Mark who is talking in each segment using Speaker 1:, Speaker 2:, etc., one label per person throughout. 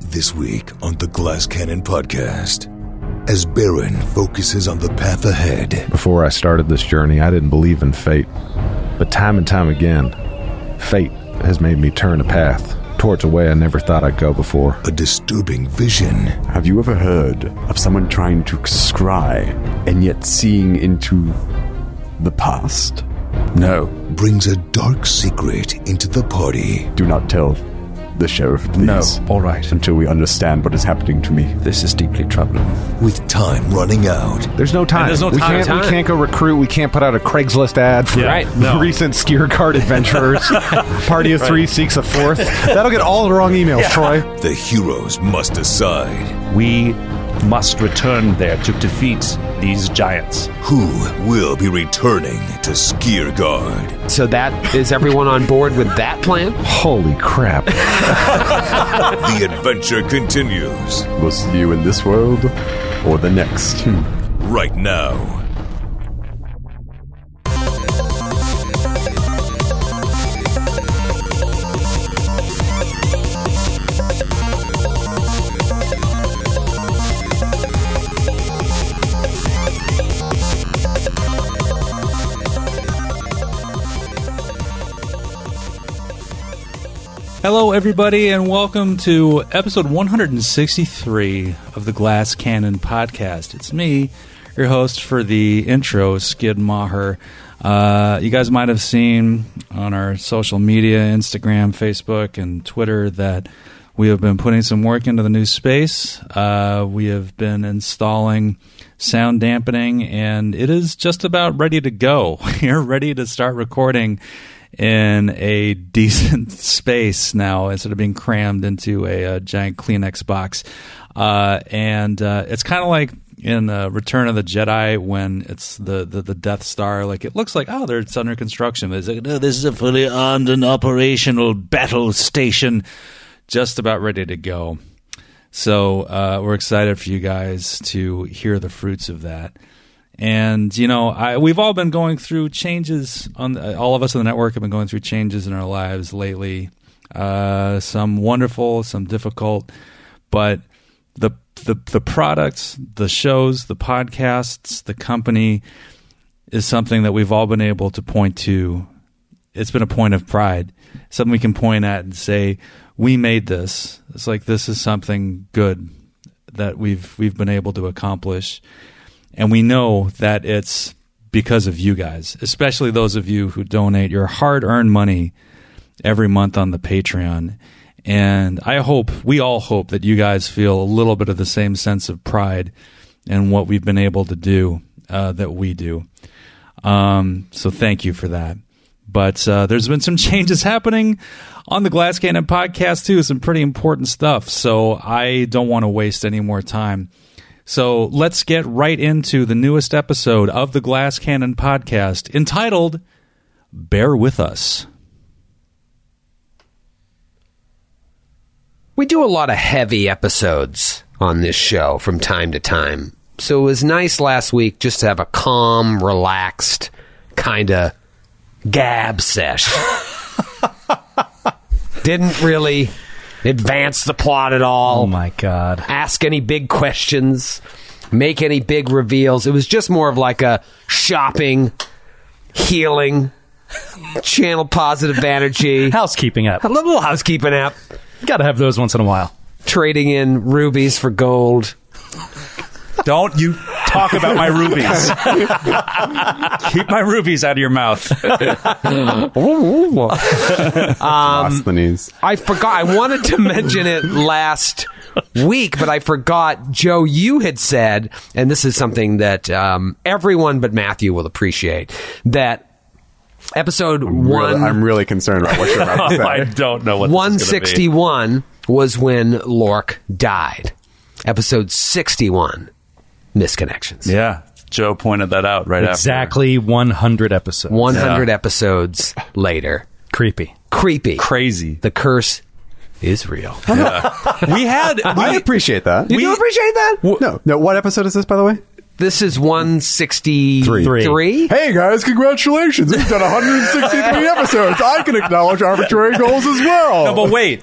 Speaker 1: This week on the Glass Cannon podcast, as Baron focuses on the path ahead,
Speaker 2: Before I started this journey, I didn't believe in fate. But time and time again, fate has made me turn a path towards a way I never thought I'd go before.
Speaker 1: a disturbing vision
Speaker 3: Have you ever heard of someone trying to scry and yet seeing into the past? No,
Speaker 1: brings a dark secret into the party.
Speaker 3: do not tell the sheriff, please.
Speaker 4: All right.
Speaker 3: Until we understand what is happening to me.
Speaker 4: This is deeply troubling.
Speaker 1: With time running out,
Speaker 2: There's no time.
Speaker 5: there's no
Speaker 2: We
Speaker 5: time.
Speaker 2: can't, we
Speaker 5: Time.
Speaker 2: can't go recruit. We can't put out a Craigslist ad for
Speaker 5: Yeah, right. No.
Speaker 2: recent skier card adventurers. Party of three seeks a fourth. That'll get all the wrong emails, Troy.
Speaker 1: the heroes must decide
Speaker 5: We must return there to defeat these giants.
Speaker 1: who will be returning to Skiergard.
Speaker 6: So that is everyone on board with that plan?
Speaker 2: Holy crap.
Speaker 1: The adventure continues
Speaker 3: We'll see you in this world or the next.
Speaker 5: Hmm.
Speaker 1: right now.
Speaker 7: Hello, everybody, and welcome to episode 163 of the Glass Cannon podcast. It's me, your host for the intro, Skid Maher. Uh, you guys might have seen on our social media, Instagram, Facebook, and Twitter, that we have been putting some work into the new space. Uh, we have been installing sound dampening, and it is just about ready to go. we are ready to start recording in a decent space now instead of being crammed into a, uh giant Kleenex box. Uh, and uh, it's kind of like in uh, Return of the Jedi when it's the, the, the Death Star. Like it looks like oh, they're it's under construction. But it's like no, this is a fully armed and operational battle station, just about ready to go. So uh, we're excited for you guys to hear the fruits of that. And you know, I, we've all been going through changes. On uh, all of us on the network have been going through changes in our lives lately. Uh, some wonderful, some difficult, but the the the products, the shows, the podcasts, the company is something that we've all been able to point to. It's been a point of pride, something we can point at and say, "We made this." It's like this is something good that we've we've been able to accomplish, and we know that it's because of you guys, especially those of you who donate your hard-earned money every month on the Patreon. And I hope, we all hope that you guys feel a little bit of the same sense of pride in what we've been able to do uh, that we do. Um, so thank you for that. But uh, there's been some changes happening on the Glass Cannon podcast, too, some pretty important stuff. So I don't want to waste any more time. So let's get right into the newest episode of the Glass Cannon podcast entitled Bear With Us.
Speaker 6: We do a lot of heavy episodes on this show from time to time. So it was nice last week just to have a calm, relaxed, kind of gab sesh. Didn't really advance the plot at all.
Speaker 4: Oh my god.
Speaker 6: ask any big questions, make any big reveals. It was just more of like a shopping, healing, channel positive energy.
Speaker 4: Housekeeping app.
Speaker 6: A little housekeeping app,
Speaker 4: Got to have those once in a while.
Speaker 6: trading in rubies for gold.
Speaker 5: Don't you talk about my rubies. Keep my rubies out of your mouth. Um,
Speaker 3: Costhenes.
Speaker 6: I forgot. I wanted to mention it last week, but I forgot. Joe, you had said, and this is something that um, everyone but Matthew will appreciate, that episode one.
Speaker 3: Really- I'm really concerned about what you're about to say.
Speaker 5: I don't know what this is gonna be.
Speaker 6: 161 was when Lork died. Episode 61, Misconnections.
Speaker 5: Yeah, Joe pointed that out right
Speaker 4: Exactly 100 episodes.
Speaker 6: 100 episodes later.
Speaker 4: Creepy.
Speaker 6: Creepy.
Speaker 5: after. Crazy.
Speaker 6: the curse is real.
Speaker 5: We had
Speaker 3: I appreciate that.
Speaker 5: we,
Speaker 6: appreciate that?
Speaker 3: no, no. What episode is this, by the way?
Speaker 6: This is 163.
Speaker 5: Three.
Speaker 3: Hey guys, congratulations! We've done 163 episodes. I can acknowledge arbitrary goals as well.
Speaker 7: No, but wait.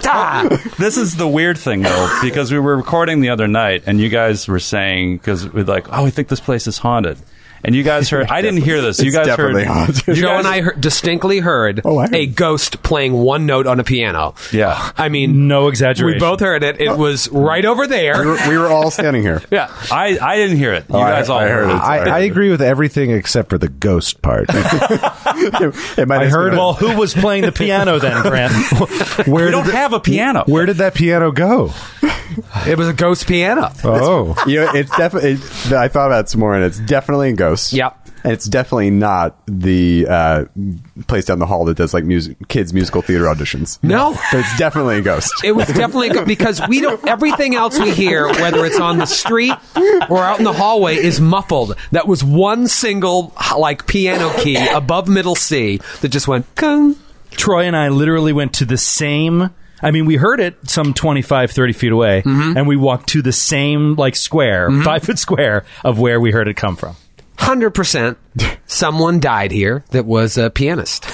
Speaker 7: this is the weird thing though, because we were recording the other night, and you guys were saying because we're like, oh, we think this place is haunted, and you guys heard. I didn't hear this. You
Speaker 3: It's
Speaker 7: guys
Speaker 3: definitely
Speaker 7: heard.
Speaker 3: haunted.
Speaker 7: You
Speaker 6: Joe
Speaker 7: guys,
Speaker 6: and I heard, distinctly heard,
Speaker 3: Oh, I heard.
Speaker 6: a ghost playing one note on a piano.
Speaker 7: Yeah.
Speaker 6: I mean,
Speaker 5: No exaggeration.
Speaker 6: we both heard it. It was right over
Speaker 3: We
Speaker 6: there.
Speaker 3: were, we were all standing here.
Speaker 6: Yeah.
Speaker 7: I, I didn't hear it. You
Speaker 3: Oh, I-
Speaker 7: guys all
Speaker 3: I heard it.
Speaker 2: I, I agree with everything except for the ghost part.
Speaker 3: It, it might
Speaker 2: I
Speaker 3: have
Speaker 2: heard
Speaker 3: been-
Speaker 5: Well, who was playing the piano then, Grant?
Speaker 2: Where
Speaker 7: We don't
Speaker 2: did it-
Speaker 7: have a piano.
Speaker 2: where did that piano go?
Speaker 6: It was a ghost piano.
Speaker 2: Oh,
Speaker 3: you know, it's definitely. I thought about it some more, and it's definitely a ghost.
Speaker 6: Yep.
Speaker 3: And it's definitely not the uh, place down the hall that does like music, kids musical theater auditions.
Speaker 6: No.
Speaker 3: but it's definitely a ghost.
Speaker 6: It was definitely good because we don't. Everything else we hear, whether it's on the street or out in the hallway, is muffled. That was one single like piano key above middle C that just went. "Kung."
Speaker 5: Troy and I literally went to the same. I mean, we heard it some 25, 30 feet away, and we walked to the same, like, square, five foot square of where we heard it come from.
Speaker 6: hundred percent someone died here that was a pianist.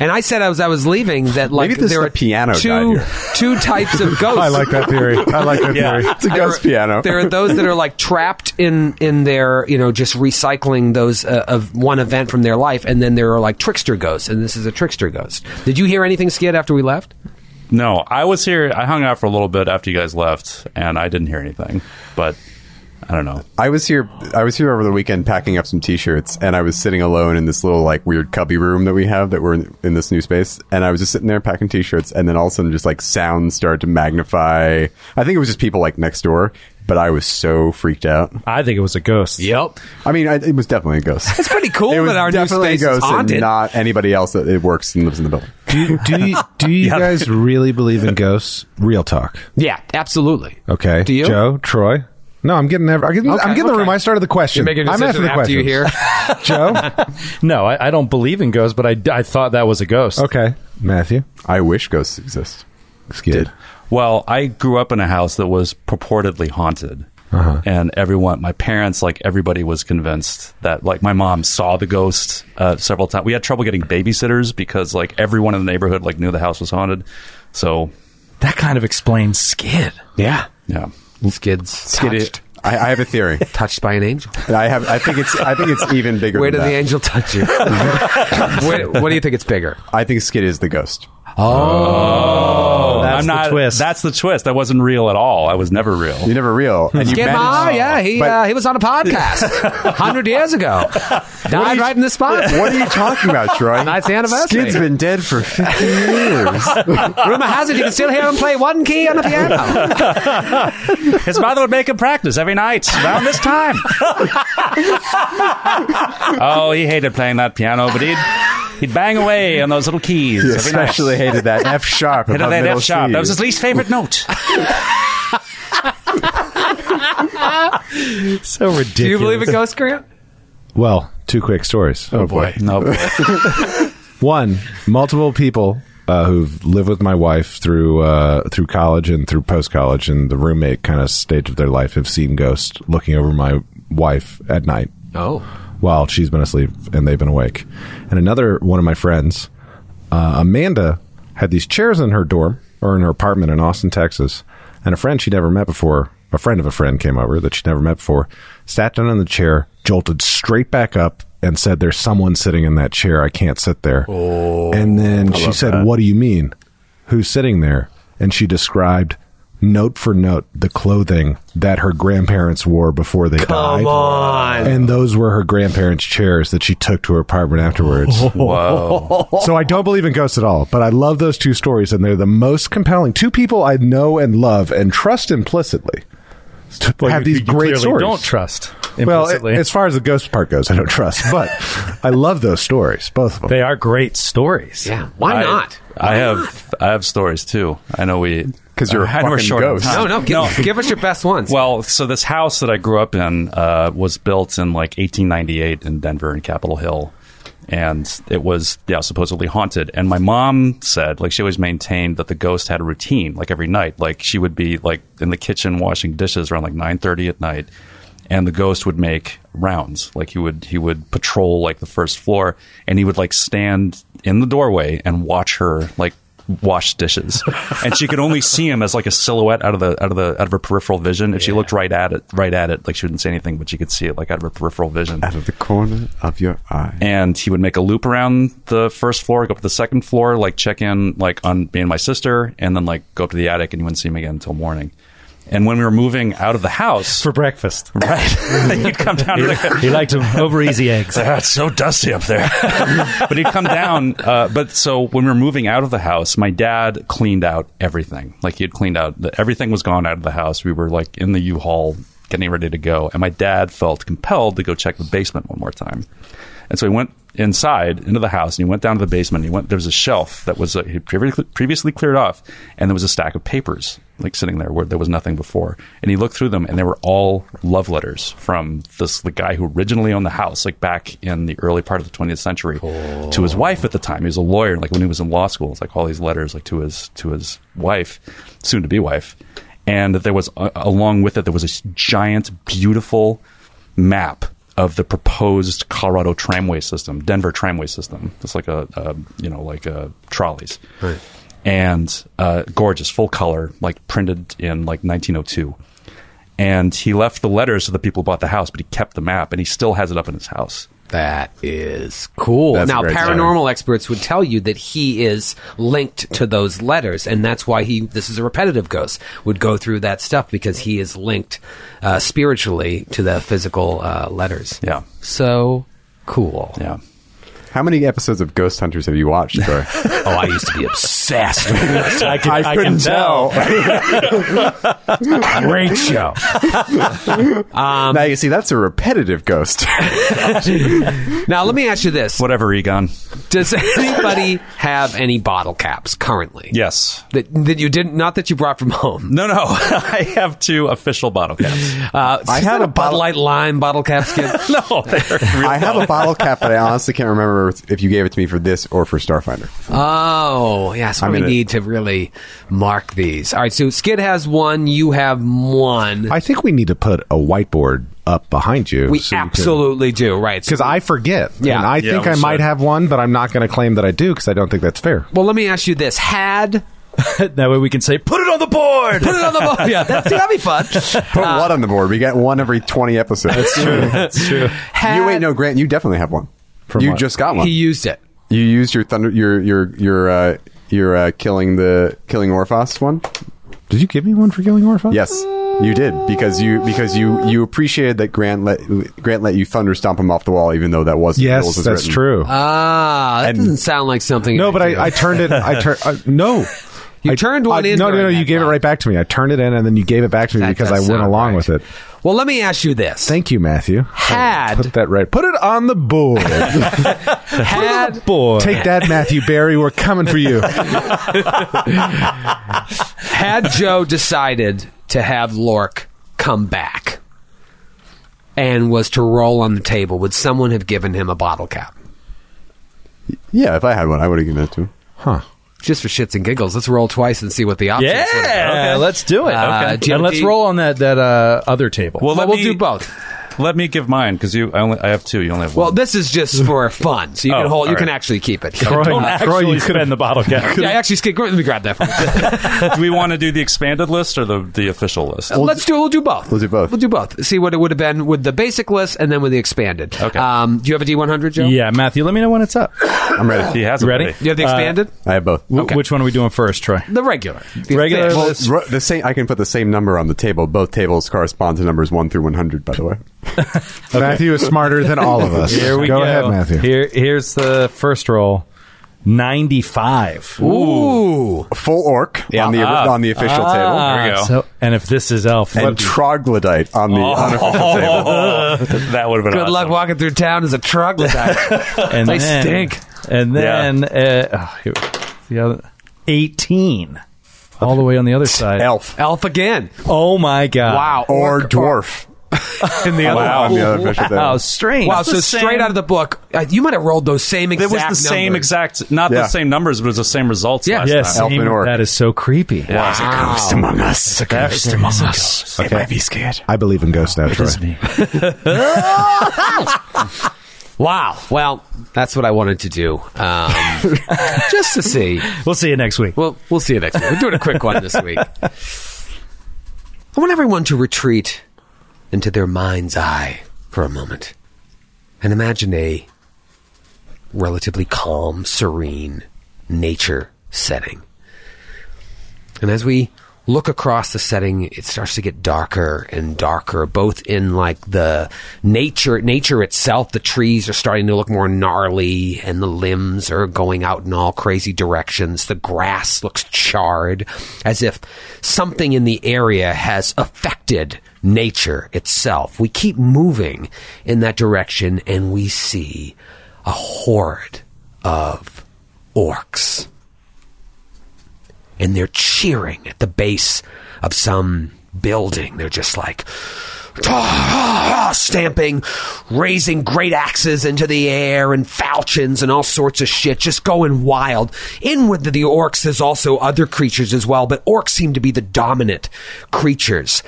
Speaker 6: And I said I was I was leaving that like
Speaker 3: Maybe this
Speaker 6: there
Speaker 3: is
Speaker 6: are
Speaker 3: the piano
Speaker 6: two
Speaker 3: died here.
Speaker 6: two types of ghosts.
Speaker 2: I like that theory. I like that theory.
Speaker 3: It's a
Speaker 6: There
Speaker 3: ghost
Speaker 6: are-
Speaker 3: piano.
Speaker 6: There are those that are like trapped in in their you know just recycling those uh, of one event from their life, and then there are like trickster ghosts, and this is a trickster ghost. Did you hear anything skid after we left?
Speaker 7: No, I was here. I hung out for a little bit after you guys left, and I didn't hear anything. But I don't know.
Speaker 3: I was here. I was here over the weekend packing up some T-shirts, and I was sitting alone in this little like weird cubby room that we have that we're in, in this new space. And I was just sitting there packing T-shirts, and then all of a sudden, just like sounds started to magnify. I think it was just people like next door, but I was so freaked out.
Speaker 5: I think it was a ghost.
Speaker 6: Yep,
Speaker 3: I mean, I, it was definitely a ghost.
Speaker 6: it's pretty cool
Speaker 3: it was
Speaker 6: that our new
Speaker 3: definitely
Speaker 6: space
Speaker 3: a
Speaker 6: is
Speaker 3: ghost,
Speaker 6: haunted.
Speaker 3: and not anybody else that it works and lives in the building.
Speaker 2: Do, do you, do you guys really believe in ghosts? Real talk.
Speaker 6: yeah, absolutely.
Speaker 2: Okay.
Speaker 6: Do you?
Speaker 2: Joe, Troy. No, I'm getting. Every, I'm getting,
Speaker 6: Okay,
Speaker 2: I'm getting the
Speaker 6: okay.
Speaker 2: room. I started the question.
Speaker 6: You're making a
Speaker 2: I'm
Speaker 6: decision
Speaker 2: after the
Speaker 6: after,
Speaker 2: question.
Speaker 6: you hear.
Speaker 2: Joe.
Speaker 5: No, I, I don't believe in ghosts, but I, I thought that was a ghost.
Speaker 2: Okay, Matthew.
Speaker 3: I wish ghosts exist.
Speaker 2: Skid.
Speaker 7: Well, I grew up in a house that was purportedly haunted.
Speaker 3: Uh-huh.
Speaker 7: And everyone, my parents, like everybody was convinced that, like, my mom saw the ghost uh, several times. We had trouble getting babysitters because, like, everyone in the neighborhood, like, knew the house was haunted. So,
Speaker 5: That kind of explains Skid.
Speaker 6: yeah,
Speaker 7: yeah.
Speaker 6: skids touched,
Speaker 3: I, I have a theory.
Speaker 6: touched by an angel.
Speaker 3: I have. I think it's. I think it's even bigger.
Speaker 6: Where did
Speaker 3: than
Speaker 6: the
Speaker 3: that.
Speaker 6: angel touch you? Where, what do you think it's bigger? Oh.
Speaker 3: I think Skid is the ghost.
Speaker 5: that's
Speaker 7: I'm
Speaker 5: Oh, the
Speaker 7: not,
Speaker 5: twist.
Speaker 7: That's the twist. That wasn't real at all. I was never real.
Speaker 3: You're never real. And you
Speaker 6: Skid
Speaker 3: managed-
Speaker 6: Mar, yeah, he
Speaker 3: but-
Speaker 6: uh, he was on a podcast hundred years ago. Died right in this spot.
Speaker 3: What are you talking about, Troy?
Speaker 6: Ninth anniversary.
Speaker 3: Skid's been dead for 50 years.
Speaker 6: Rumor has it you can still hear him play one key on the piano.
Speaker 7: His mother would make him practice every night around this time. oh, he hated playing that piano, but he'd he'd bang away on those little keys.
Speaker 3: He
Speaker 7: every night.
Speaker 3: especially hated that F sharp.
Speaker 7: Hit
Speaker 3: above
Speaker 7: on that
Speaker 3: middle
Speaker 7: F sharp.
Speaker 3: C.
Speaker 7: That was his least favorite note.
Speaker 5: so ridiculous.
Speaker 6: Do you believe in ghost Grant?
Speaker 2: Well, two quick stories.
Speaker 3: oh boy.
Speaker 7: No,
Speaker 2: One, multiple people uh, who've lived with my wife through uh, through college and through post college and the roommate kind of stage of their life have seen ghosts looking over my wife at night
Speaker 6: Oh,
Speaker 2: while she's been asleep and they've been awake. And another one of my friends, uh, Amanda, had these chairs in her dorm or in her apartment in Austin, Texas. And a friend she'd never met before, a friend of a friend came over that she'd never met before, sat down in the chair, jolted straight back up, and said, There's someone sitting in that chair. I can't sit there. and then she said, What do you mean? Who's sitting there? And she described note for note the clothing that her grandparents wore before they died. And those were her grandparents' chairs that she took to her apartment afterwards. So I don't believe in ghosts at all, but I love those two stories, and they're the most compelling. Two people I know and love and trust implicitly have these great
Speaker 5: clearly
Speaker 2: stories.
Speaker 5: don't trust
Speaker 2: well,
Speaker 5: implicitly.
Speaker 2: as far as the ghost part goes, I don't trust, but I love those stories, both of them.
Speaker 5: they are great stories.
Speaker 6: yeah. Why not?
Speaker 7: I have I have stories too. I know we
Speaker 3: 'Cause you're a
Speaker 7: I know we're
Speaker 3: fucking
Speaker 7: short on
Speaker 3: ghost.
Speaker 7: time.
Speaker 6: No, no. Give, give us your best ones.
Speaker 7: Well, so this house that I grew up in uh, was built in like 1898 in Denver and Capitol Hill, and it was yeah supposedly haunted. And my mom said like she always maintained that the ghost had a routine like every night. Like she would be like in the kitchen washing dishes around like 9:30 at night, and the ghost would make rounds like he would he would patrol like the first floor and he would like stand in the doorway and watch her like wash dishes and she could only see him as like a silhouette out of the out of the out of her peripheral vision if she looked right at it right at it like she wouldn't see anything but she could see it like out of her peripheral vision
Speaker 3: Out of the corner of your eye.
Speaker 7: and he would make a loop around the first floor, go up to the second floor, like check in like on me and my sister, and then like go up to the attic, and you wouldn't see him again until morning. And when we were moving out of the house,
Speaker 5: for breakfast.
Speaker 7: right, he'd come down. To the,
Speaker 5: He liked them over easy eggs.
Speaker 7: "Ah, it's so dusty up there. but he'd come down. Uh, but so when we were moving out of the house, my dad cleaned out everything. Like he had cleaned out the, everything was gone out of the house. We were like in the U-Haul getting ready to go, and my dad felt compelled to go check the basement one more time. And so he went inside into the house, and he went down to the basement. And he went there was a shelf that was uh, he previously, previously cleared off, and there was a stack of papers like sitting there where there was nothing before. And he looked through them, and they were all love letters from this the guy who originally owned the house, like back in the early part of the 20th century, to his wife at the time. He was a lawyer, like when he was in law school. It's like all these letters, like to his to his wife, soon to be wife. And there was uh, along with it there was this giant, beautiful map of the proposed Colorado tramway system, Denver tramway system. It's like a, a you know like a trolleys, and uh, gorgeous, full color, like printed in like 1902. And he left the letters to the people who bought the house, but he kept the map, and he still has it up in his house.
Speaker 6: That is cool.
Speaker 3: That's a
Speaker 6: now,
Speaker 3: great
Speaker 6: paranormal experts would tell you that he is linked to those letters, and that's why he, this is a repetitive ghost, would go through that stuff because he is linked uh, spiritually to the physical uh, letters.
Speaker 7: Yeah,
Speaker 6: So cool.
Speaker 7: yeah.
Speaker 3: How many episodes of Ghost Hunters have you watched, Troy?
Speaker 6: Oh, I used to be obsessed with this.
Speaker 5: I, can, I can tell.
Speaker 6: Great show. Um,
Speaker 3: now you see, that's a repetitive ghost.
Speaker 6: Now, let me ask you this.
Speaker 7: Whatever, Egon.
Speaker 6: Does anybody have any bottle caps currently?
Speaker 7: Yes.
Speaker 6: That, that you didn't, not that you brought from home.
Speaker 7: No, no. I have two official bottle caps.
Speaker 6: Uh, I
Speaker 3: had a
Speaker 6: Bud
Speaker 3: bottle-
Speaker 6: Light Lime bottle cap skin.
Speaker 7: no, they're real.
Speaker 3: I have a bottle cap, but I honestly can't remember if you gave it to me for this or for Starfinder.
Speaker 6: Oh, yeah. So we
Speaker 3: in it.
Speaker 6: need to really mark these. All right. So Skid has one. You have one.
Speaker 2: I think we need to put a whiteboard up behind you.
Speaker 6: we absolutely do. Right. So-
Speaker 2: Because I forget.
Speaker 6: Yeah.
Speaker 2: And I
Speaker 7: Yeah,
Speaker 2: think
Speaker 7: we
Speaker 2: I might
Speaker 7: should.
Speaker 2: have one, but I'm not going to claim that I do because I don't think that's fair.
Speaker 6: well, let me ask you this: Had
Speaker 5: that way we can say, put it on the board.
Speaker 6: put it on the board. yeah, that's that'd be fun. Uh,
Speaker 3: Put one on the board. We got one every 20 episodes. That's true.
Speaker 6: Had
Speaker 3: You wait, no, Grant, you definitely have one. you just got one.
Speaker 6: He used it.
Speaker 3: you used your thunder, your your your uh, your uh, killing the killing Orphos one.
Speaker 2: Did you give me one for killing Orphan?
Speaker 3: Yes, you did because you because you you appreciated that Grant let Grant let you thunder stomp him off the wall, even though that wasn't the
Speaker 2: Yes,
Speaker 3: rules as
Speaker 2: that's
Speaker 3: written.
Speaker 2: true.
Speaker 6: Ah, that
Speaker 3: And-
Speaker 6: doesn't sound like something.
Speaker 2: no, but
Speaker 6: do.
Speaker 2: I, I turned it. I turned. Uh, no.
Speaker 6: You
Speaker 2: I,
Speaker 6: turned one
Speaker 2: I-
Speaker 6: in
Speaker 2: No, no,
Speaker 6: during
Speaker 2: no.
Speaker 6: that
Speaker 2: You gave it
Speaker 6: time.
Speaker 2: right back to me. I turned it in, and then you gave it back to me
Speaker 6: That
Speaker 2: because I
Speaker 6: does
Speaker 2: went
Speaker 6: sound
Speaker 2: along
Speaker 6: right.
Speaker 2: with it.
Speaker 6: Well, let me ask you this:
Speaker 2: Thank you, Matthew.
Speaker 6: Had.
Speaker 2: put that right. Put it on the board.
Speaker 6: Had
Speaker 5: board.
Speaker 2: Take that, Matthew Barry. We're coming for you.
Speaker 6: had Joe decided to have Lork come back and was to roll on the table, would someone have given him a bottle cap?
Speaker 3: Yeah, if I had one, I would have given it to him.
Speaker 6: Just for shits and giggles, let's roll twice and see what the options.
Speaker 5: Yeah,
Speaker 6: would have been.
Speaker 5: let's do it.
Speaker 6: Uh, Okay.
Speaker 5: And let's
Speaker 6: JLD.
Speaker 5: roll on that that uh, other table.
Speaker 7: Well,
Speaker 6: Well,
Speaker 7: let
Speaker 6: we'll
Speaker 7: me,
Speaker 6: do both.
Speaker 7: Let me give mine because you. I only. I have two. You only have
Speaker 6: Well,
Speaker 7: one.
Speaker 6: this is just for fun, so you can
Speaker 7: Oh,
Speaker 6: hold. You
Speaker 7: all
Speaker 6: can
Speaker 7: right.
Speaker 6: actually keep it.
Speaker 2: Troy,
Speaker 5: Don't
Speaker 2: Troy,
Speaker 5: actually
Speaker 2: you could
Speaker 5: spend the bottle cap.
Speaker 6: Yeah, actually, Skid, let me grab that. From you.
Speaker 7: do we want to do the expanded list or the the official list?
Speaker 6: Let's do. We'll do both.
Speaker 3: We'll do both.
Speaker 6: We'll do both. See what it would have been with the basic list and then with the expanded.
Speaker 7: Okay.
Speaker 6: Um, do you have a D one hundred, Joe?
Speaker 5: Yeah, Matthew, let me know when it's up.
Speaker 3: I'm ready.
Speaker 7: He has it
Speaker 5: Ready?
Speaker 7: ready.
Speaker 6: You have the expanded,
Speaker 3: I have both.
Speaker 5: Wh- Which one are we doing first, Troy?
Speaker 6: the regular, The
Speaker 5: Regular
Speaker 6: official.
Speaker 5: list.
Speaker 3: Ru- The same. I can put the same number on the table. Both tables correspond to numbers one through one hundred. By the way,
Speaker 2: Matthew is smarter than all of us.
Speaker 5: Here we
Speaker 2: go.
Speaker 5: go.
Speaker 2: ahead, Matthew.
Speaker 5: Here, here's the first roll. Ninety-five.
Speaker 6: Ooh.
Speaker 3: full orc on the on the official
Speaker 8: Ah.
Speaker 3: table,
Speaker 6: Uh,
Speaker 7: There we go.
Speaker 5: So, and if this is elf,
Speaker 3: and
Speaker 5: what-
Speaker 3: troglodyte on the unofficial table.
Speaker 7: Oh, that would have been
Speaker 6: Good
Speaker 7: awesome.
Speaker 6: luck walking through town as a troglodyte.
Speaker 5: and
Speaker 6: They
Speaker 5: then,
Speaker 6: stink.
Speaker 5: And then uh, oh, here- the other eighteen, all the way on the other side.
Speaker 3: Elf
Speaker 6: Elf again.
Speaker 5: Oh my god!
Speaker 6: Wow.
Speaker 3: or
Speaker 6: Orc
Speaker 3: dwarf.
Speaker 5: in the
Speaker 3: Wow,
Speaker 5: other
Speaker 3: on
Speaker 5: one.
Speaker 3: the other fish with that.
Speaker 5: Wow, strange.
Speaker 6: Wow,
Speaker 5: That's
Speaker 6: so
Speaker 5: the
Speaker 6: straight
Speaker 5: same-
Speaker 6: out of the book, uh, you might have rolled those same
Speaker 7: It
Speaker 6: exact.
Speaker 7: was the same
Speaker 6: numbers.
Speaker 7: exact, not
Speaker 3: Yeah.
Speaker 7: the same numbers, but it was the same results
Speaker 6: Yeah.
Speaker 7: last
Speaker 5: Yeah,
Speaker 7: time.
Speaker 5: same-
Speaker 3: Elfin orc.
Speaker 5: that is so creepy.
Speaker 6: Ah.
Speaker 8: Ghost among us.
Speaker 5: That's
Speaker 3: Okay.
Speaker 8: Be scared.
Speaker 2: I believe in ghosts now, Troy.
Speaker 6: Wow. Well, that's what I wanted to do, um, just to see.
Speaker 5: We'll see you next week.
Speaker 6: Well, we'll see you next week. We're doing a quick one this week. I want everyone to retreat into their mind's eye for a moment and imagine a relatively calm, serene nature setting. And as we look across the setting, it starts to get darker and darker, both in like the nature nature itself, the trees are starting to look more gnarly and the limbs are going out in all crazy directions. The grass looks charred, as if something in the area has affected nature itself. We keep moving in that direction and we see a horde of orcs and they're cheering at the base of some building. They're just like stamping, raising great axes into the air and falchions and all sorts of shit, just going wild. In with the orcs, there's also other creatures as well, but orcs seem to be the dominant creatures.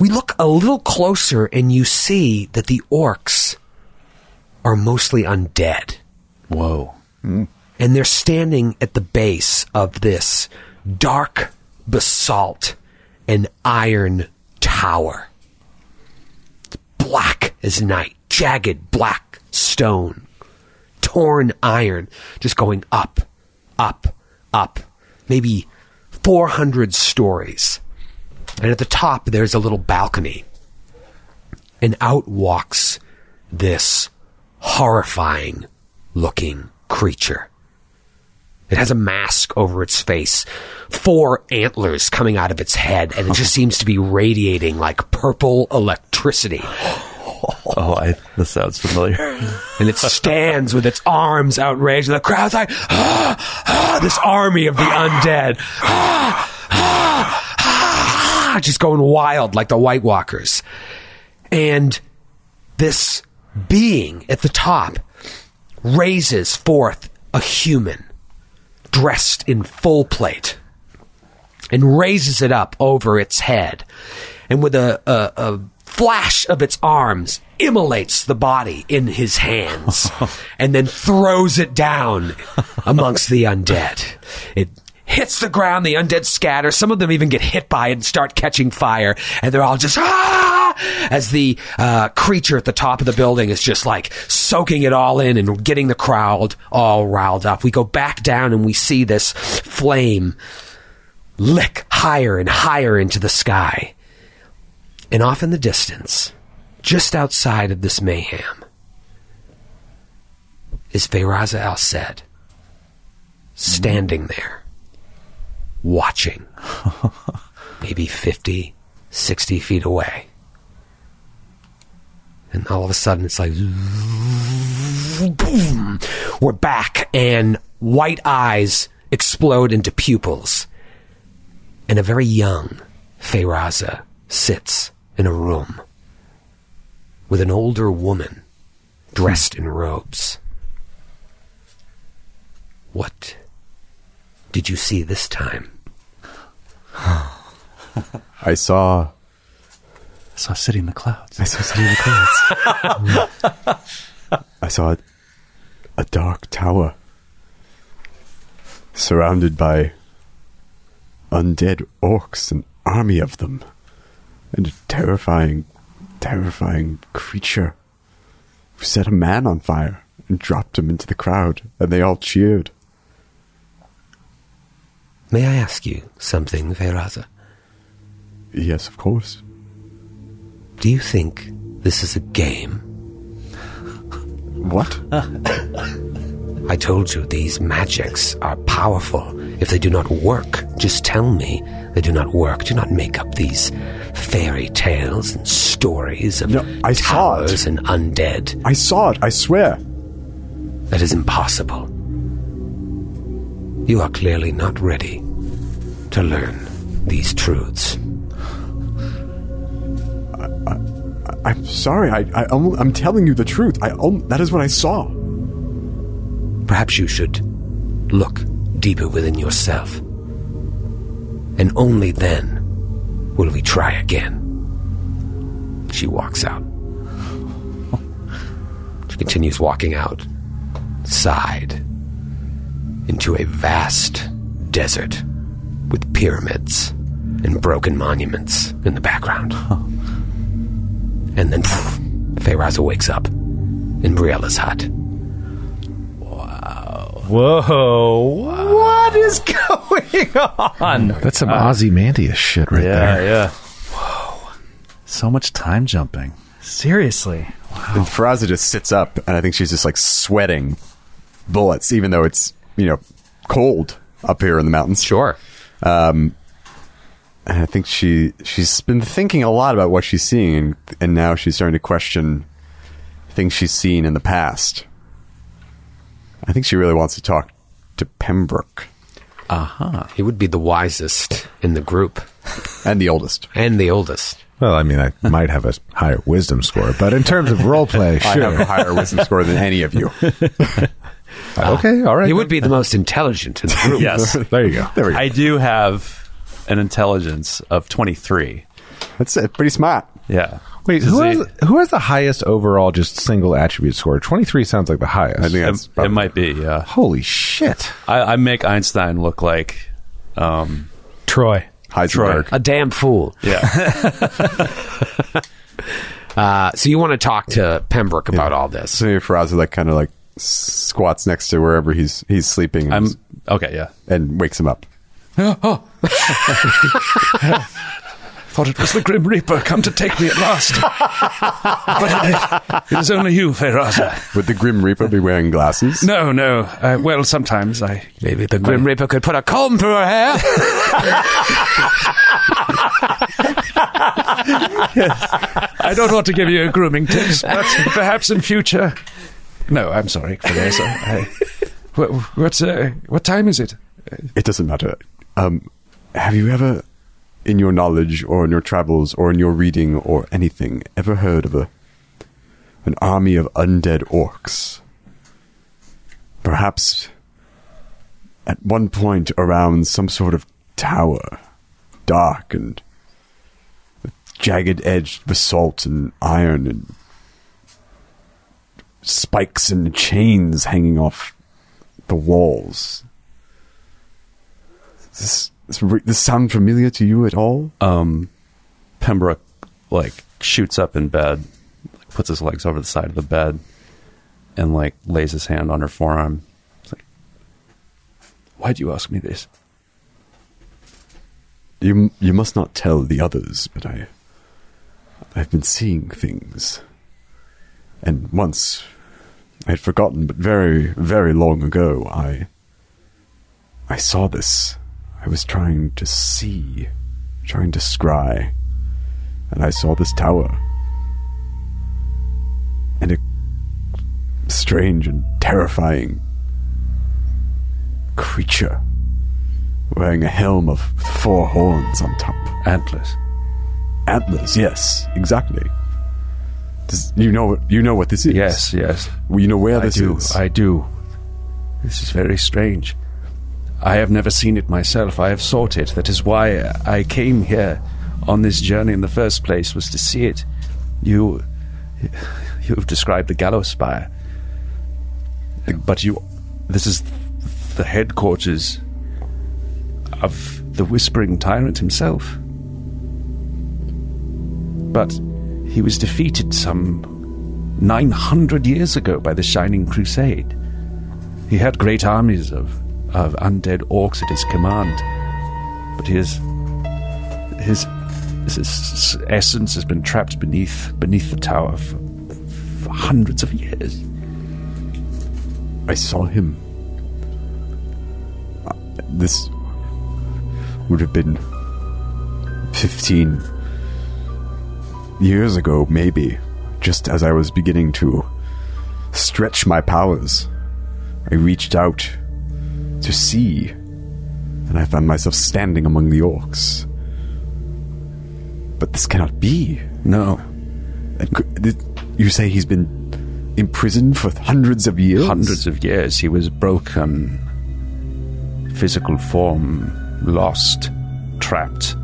Speaker 6: We look a little closer and you see that the orcs are mostly undead and they're standing at the base of this dark basalt and iron tower. It's black as night, jagged black stone, torn iron, just going up, up, up, maybe 400 stories. And at the top, there's a little balcony. And out walks this horrifying looking creature. It has a mask over its face, four antlers coming out of its head, and it just seems to be radiating like purple electricity.
Speaker 7: Oh, I, this sounds familiar.
Speaker 6: And it stands with its arms outraged, and the crowd's like, ah, ah, this army of the undead. Ah, ah, ah, just going wild like the White Walkers. And this being at the top raises forth a human dressed in full plate and raises it up over its head and with a, a, a flash of its arms immolates the body in his hands and then throws it down amongst the undead it hits the ground the undead scatter some of them even get hit by it and start catching fire and they're all just ah! as the uh, creature at the top of the building is just like soaking it all in and getting the crowd all riled up we go back down and we see this flame lick higher and higher into the sky. And off in the distance, just outside of this mayhem, is Feyraza Al Said standing there, watching, maybe 50, 60 feet away. And all of a sudden, it's like, boom, we're back, and white eyes explode into pupils and a very young Feyraza sits in a room with an older woman dressed in robes. What did you see this time?
Speaker 3: I saw.
Speaker 7: So City in the Clouds.
Speaker 3: I saw something in the clouds. I saw a, a dark tower surrounded by undead orcs, an army of them, and a terrifying, terrifying creature who set a man on fire and dropped him into the crowd, and they all cheered.
Speaker 6: May I ask you something, Feyraza?
Speaker 3: Yes, of course.
Speaker 6: Do you think this is a game?
Speaker 3: What?
Speaker 6: I told you these magics are powerful. If they do not work, just tell me they do not work. Do not make up these fairy tales and stories of
Speaker 3: No, I saw it.
Speaker 6: towers and undead.
Speaker 3: I saw it, I swear.
Speaker 6: That is impossible. You are clearly not ready to learn these truths.
Speaker 3: I'm sorry. I, I om- I'm telling you the truth. I om- that is what I saw.
Speaker 6: Perhaps you should look deeper within yourself. And only then will we try again. She walks out. She continues walking out, side, into a vast desert with pyramids and broken monuments in the background. And then Feyraza wakes up in Briella's hut.
Speaker 5: Whoa. What is going on? Uh,
Speaker 2: That's some Ozymandias shit right there.
Speaker 5: yeah.
Speaker 7: So much time jumping.
Speaker 5: Seriously.
Speaker 3: And Faraza just sits up, and I think she's just like sweating bullets, even though it's you know cold up here in the mountains.
Speaker 6: Sure.
Speaker 3: And I think she she's been thinking a lot about what she's seeing, and, and now she's starting to question things she's seen in the past. I think she really wants to talk to Pembroke
Speaker 6: He would be the wisest in the group
Speaker 3: and the oldest.
Speaker 6: and the oldest.
Speaker 2: Well, I mean, I might have a higher wisdom score, but in terms of role play,
Speaker 3: I have
Speaker 2: sure.
Speaker 3: a higher wisdom score than any of you.
Speaker 2: okay, all right.
Speaker 6: He would be the most intelligent in the group.
Speaker 7: Yes.
Speaker 2: There you go.
Speaker 3: There we go.
Speaker 7: I do have an intelligence of 23.
Speaker 3: That's it. Pretty smart.
Speaker 7: Yeah.
Speaker 2: Wait,
Speaker 7: This is
Speaker 2: who
Speaker 7: the-
Speaker 2: has, who has the highest overall just single attribute score? 23 sounds like the highest.
Speaker 3: I think that's
Speaker 7: it, it
Speaker 3: probably-
Speaker 7: might be, yeah.
Speaker 2: Holy shit.
Speaker 7: I, I make Einstein look like, um,
Speaker 5: Troy.
Speaker 3: Heisenberg.
Speaker 6: A damn fool.
Speaker 7: yeah.
Speaker 6: Uh, so you want to talk to Pembroke about all this?
Speaker 3: So maybe Faraz like kind of like squats next to wherever he's he's sleeping and,
Speaker 7: I'm, um, okay, yeah.
Speaker 3: and wakes him up.
Speaker 9: Thought it was the Grim Reaper come to take me at last. but it, it is only you, Feyraza.
Speaker 3: Would the Grim Reaper be wearing glasses?
Speaker 9: No, no. Uh, well, sometimes I.
Speaker 6: Maybe the Grim Reaper could put a comb through her hair.
Speaker 9: I don't want to give you grooming tips, but perhaps in future. No, I'm sorry, Feyraza. I, what, what's, uh, what time is it?
Speaker 3: It doesn't matter. Um, have you ever, in your knowledge or in your travels or in your reading or anything, ever heard of a an army of undead orcs? Perhaps at one point around some sort of tower, dark and with jagged edged basalt and iron and spikes and chains hanging off the walls this this, re- this sound familiar to you at all?
Speaker 7: Um, Pembroke, like, shoots up in bed, like, puts his legs over the side of the bed, and, like, lays his hand on her forearm. It's like, why'd you ask me this?
Speaker 3: You you must not tell the others, but I I've been seeing things. And once I had forgotten, but very very long ago, I I saw this. I was trying to see, trying to scry, and I saw this tower. And a strange and terrifying creature wearing a helm of four horns on top.
Speaker 7: Antlers.
Speaker 3: Antlers, yes, exactly. Does, you know, you know what this is.
Speaker 9: Yes, yes.
Speaker 3: Well, you know where
Speaker 9: I
Speaker 3: this
Speaker 9: do.
Speaker 3: is.
Speaker 9: I do. This is very strange. I have never seen it myself. I have sought it. That is why I came here on this journey in the first place was to see it. You you have described the gallows spire. But you this is the headquarters of the whispering tyrant himself. But he was defeated some 900 years ago by the Shining Crusade. He had great armies of, of undead orcs at his command, but his his his essence has been trapped beneath beneath the tower for, for hundreds of years.
Speaker 3: I saw him. Uh, This would have been 15 years ago, maybe, just as I was beginning to stretch my powers. I reached out to see, and I found myself standing among the orcs. But this cannot be.
Speaker 9: No,
Speaker 3: You say he's been imprisoned for hundreds of years?
Speaker 10: Hundreds of years he was broken, physical form lost, trapped.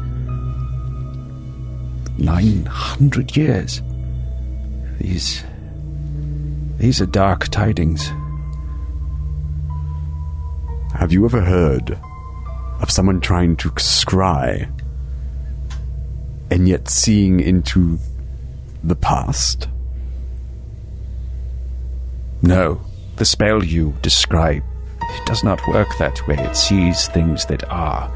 Speaker 10: 900 years. These. These are dark tidings.
Speaker 3: Have you ever heard of someone trying to scry and yet seeing into the past?
Speaker 10: No, the spell you describe it does not work that way. It sees things that are,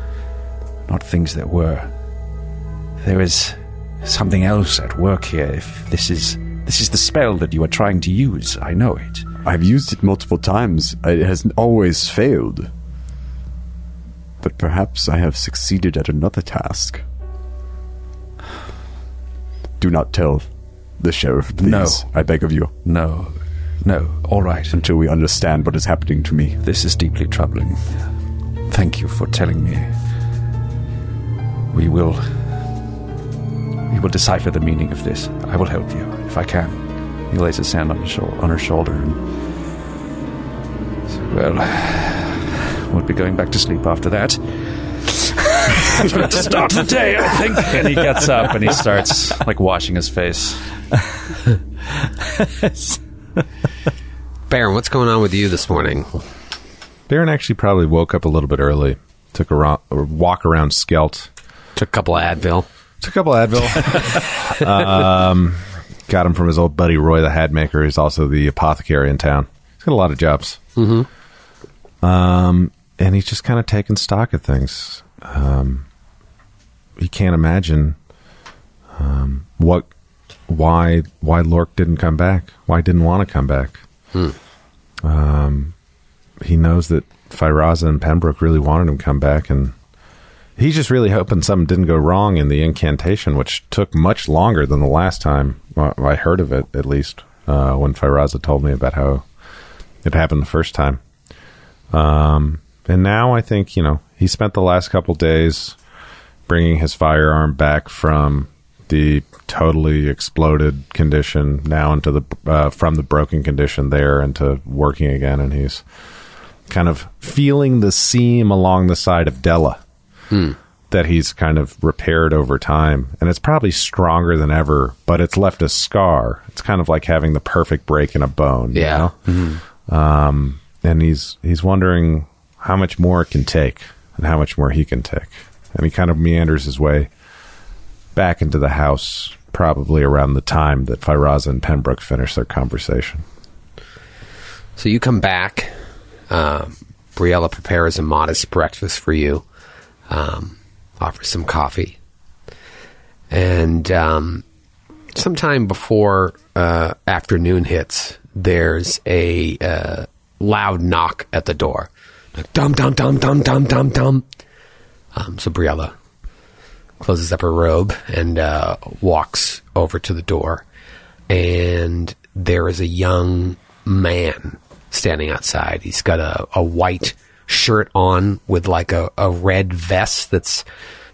Speaker 10: not things that were. There is something else at work here. If this is this is the spell that you are trying to use, I know it.
Speaker 3: I've used it multiple times. It has always failed. But perhaps I have succeeded at another task. Do not tell the sheriff, please.
Speaker 10: No.
Speaker 3: I beg of you,
Speaker 10: No, no. All right,
Speaker 3: until we understand what is happening to me.
Speaker 10: this is deeply troubling. Thank you for telling me. We will. We will decipher the meaning of this. I will help you if I can.
Speaker 7: He lays his hand on, his shou- on her shoulder. And,
Speaker 10: Well, we'll be going back to sleep after that.
Speaker 7: to start the day, I think. And he gets up and he starts like washing his face.
Speaker 6: Baron, what's going on with you this morning?
Speaker 2: Baron actually probably woke up a little bit early, took a ro- or walk around Skelt,
Speaker 6: Took a couple of Advil.
Speaker 2: took a couple of Advil, um, got him from his old buddy Roy the Hatmaker, who's also the apothecary in town. He's got a lot of jobs. Mm-hmm. Um, and he's just kind of taking stock of things. Um, he can't imagine um, what, why, why Lork didn't come back, why he didn't want to come back. Um, he knows that Firazza and Pembroke really wanted him to come back, and He's just really hoping something didn't go wrong in the incantation, which took much longer than the last time well, I heard of it, at least, uh, when Firaza told me about how it happened the first time. Um, and now I think, you know, he spent the last couple days bringing his firearm back from the totally exploded condition now into the uh, from the broken condition there into working again and he's kind of feeling the seam along the side of Della that he's kind of repaired over time and it's probably stronger than ever but it's left a scar it's kind of like having the perfect break in a bone you
Speaker 6: Yeah.
Speaker 2: know? um, and he's he's wondering how much more it can take and how much more he can take and he kind of meanders his way back into the house probably around the time that Firazza and Pembroke finish their conversation
Speaker 6: So you come back. Um, Briella prepares a modest breakfast for you, um, offers some coffee. And um, sometime before uh, afternoon hits, there's a uh, loud knock at the door. Like, dum, dum, dum, dum, dum, dum, dum. Um, so Briella closes up her robe and uh, walks over to the door. And there is a young man standing outside. He's got a, a white shirt on with like a, a red vest that's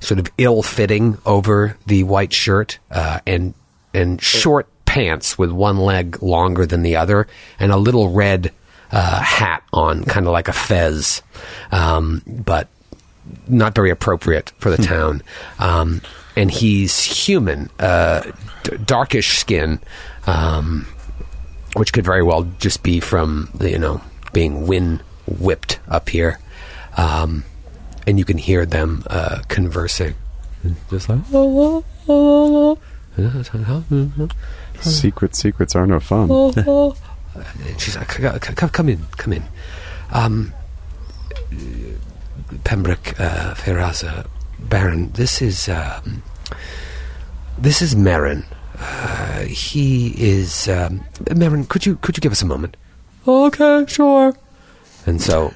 Speaker 6: sort of ill fitting over the white shirt uh, and, and short pants with one leg longer than the other and a little red uh, hat on, kind of like a fez. Um, but not very appropriate for the town. Um, and he's human, uh, d- darkish skin, um, which could very well just be from the, you know being wind whipped up here. Um, and you can hear them uh, conversing, just like oh, oh, oh.
Speaker 3: Secret secrets are no fun.
Speaker 6: And she's like, "C- c- c- come in, come in. Um, Pembroke uh, Ferraza, Baron, this is um, this is Merrin. Uh, he is um, Merrin. Could you could you give us a moment? Okay, sure. And so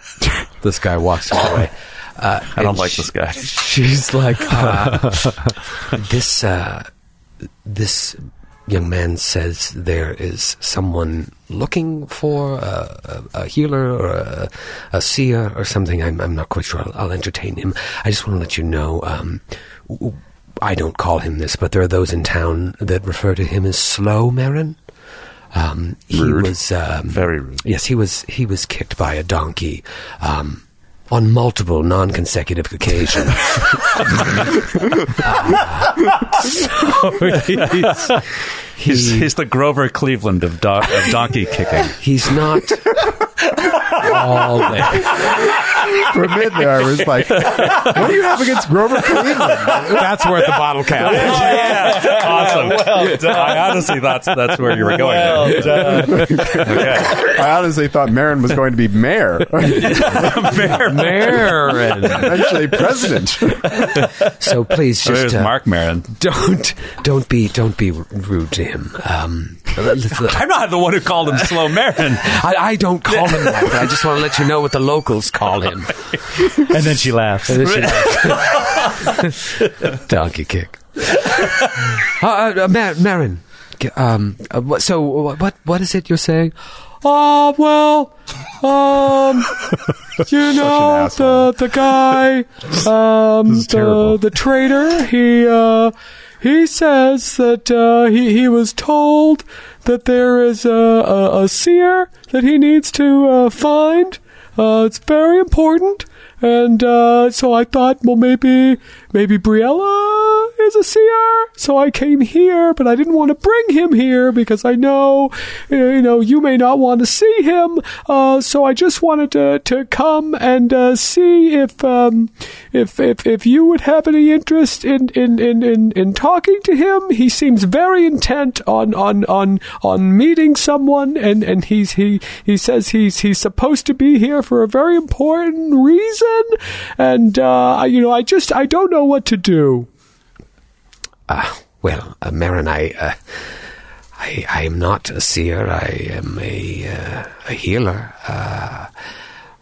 Speaker 6: this guy walks away. Uh,
Speaker 7: I don't
Speaker 6: and
Speaker 7: like
Speaker 6: she-
Speaker 7: this guy.
Speaker 6: She's like, uh, this uh, this young man says there is someone looking for a, a, a healer or a, a seer or something. I'm, I'm not quite sure. I'll, I'll entertain him. I just want to let you know um, w- I don't call him this, but there are those in town that refer to him as Slow Marin. Um, he was um,
Speaker 7: Very rude.
Speaker 6: Yes, he was. He was kicked by a donkey um, on multiple non-consecutive occasions.
Speaker 7: He's, he's the Grover Cleveland of, do- of donkey kicking.
Speaker 6: He's not all there.
Speaker 3: For a minute there, I was like, "What do you have against Grover Cleveland?"
Speaker 2: That's worth the bottle cap.
Speaker 7: Oh, awesome. I honestly thought that's where you were going.
Speaker 3: I honestly thought Marin was going to be mayor,
Speaker 6: Marin.
Speaker 3: eventually president.
Speaker 6: So please
Speaker 7: So
Speaker 6: just
Speaker 7: there's
Speaker 6: uh,
Speaker 7: Mark Marin.
Speaker 6: don't don't be don't be rude to him. Um, I,
Speaker 7: I'm not the one who called him Slow Marin.
Speaker 6: I don't call him that, but I just want to let you know what the locals call him.
Speaker 5: And then she laughs.
Speaker 6: And then she- Donkey kick. uh, uh, Mar- Marin, g- um, uh, what- so wha- what? What is it you're saying? Oh well, um, you know the
Speaker 3: asshole.
Speaker 6: the guy, um, the
Speaker 3: terrible.
Speaker 6: the traitor. He uh, he says that uh, he he was told that there is a a, a seer that he needs to uh, find. Uh, it's very important, and uh, so I thought, well, maybe maybe Briella is a seer, so I came here, but I didn't want to bring him here because I know, uh, you know, you may not want to see him, uh, so I just wanted to, to come and uh, see if, um, if if if you would have any interest in in, in, in in talking to him. He seems very intent on on on on meeting someone, and and he's he he says he's he's supposed to be here for a very important reason, and uh, I- you know, I just I don't know what to do. Well, uh, Marin, I, uh, I, I am not a seer. I am a, uh, a healer. Uh,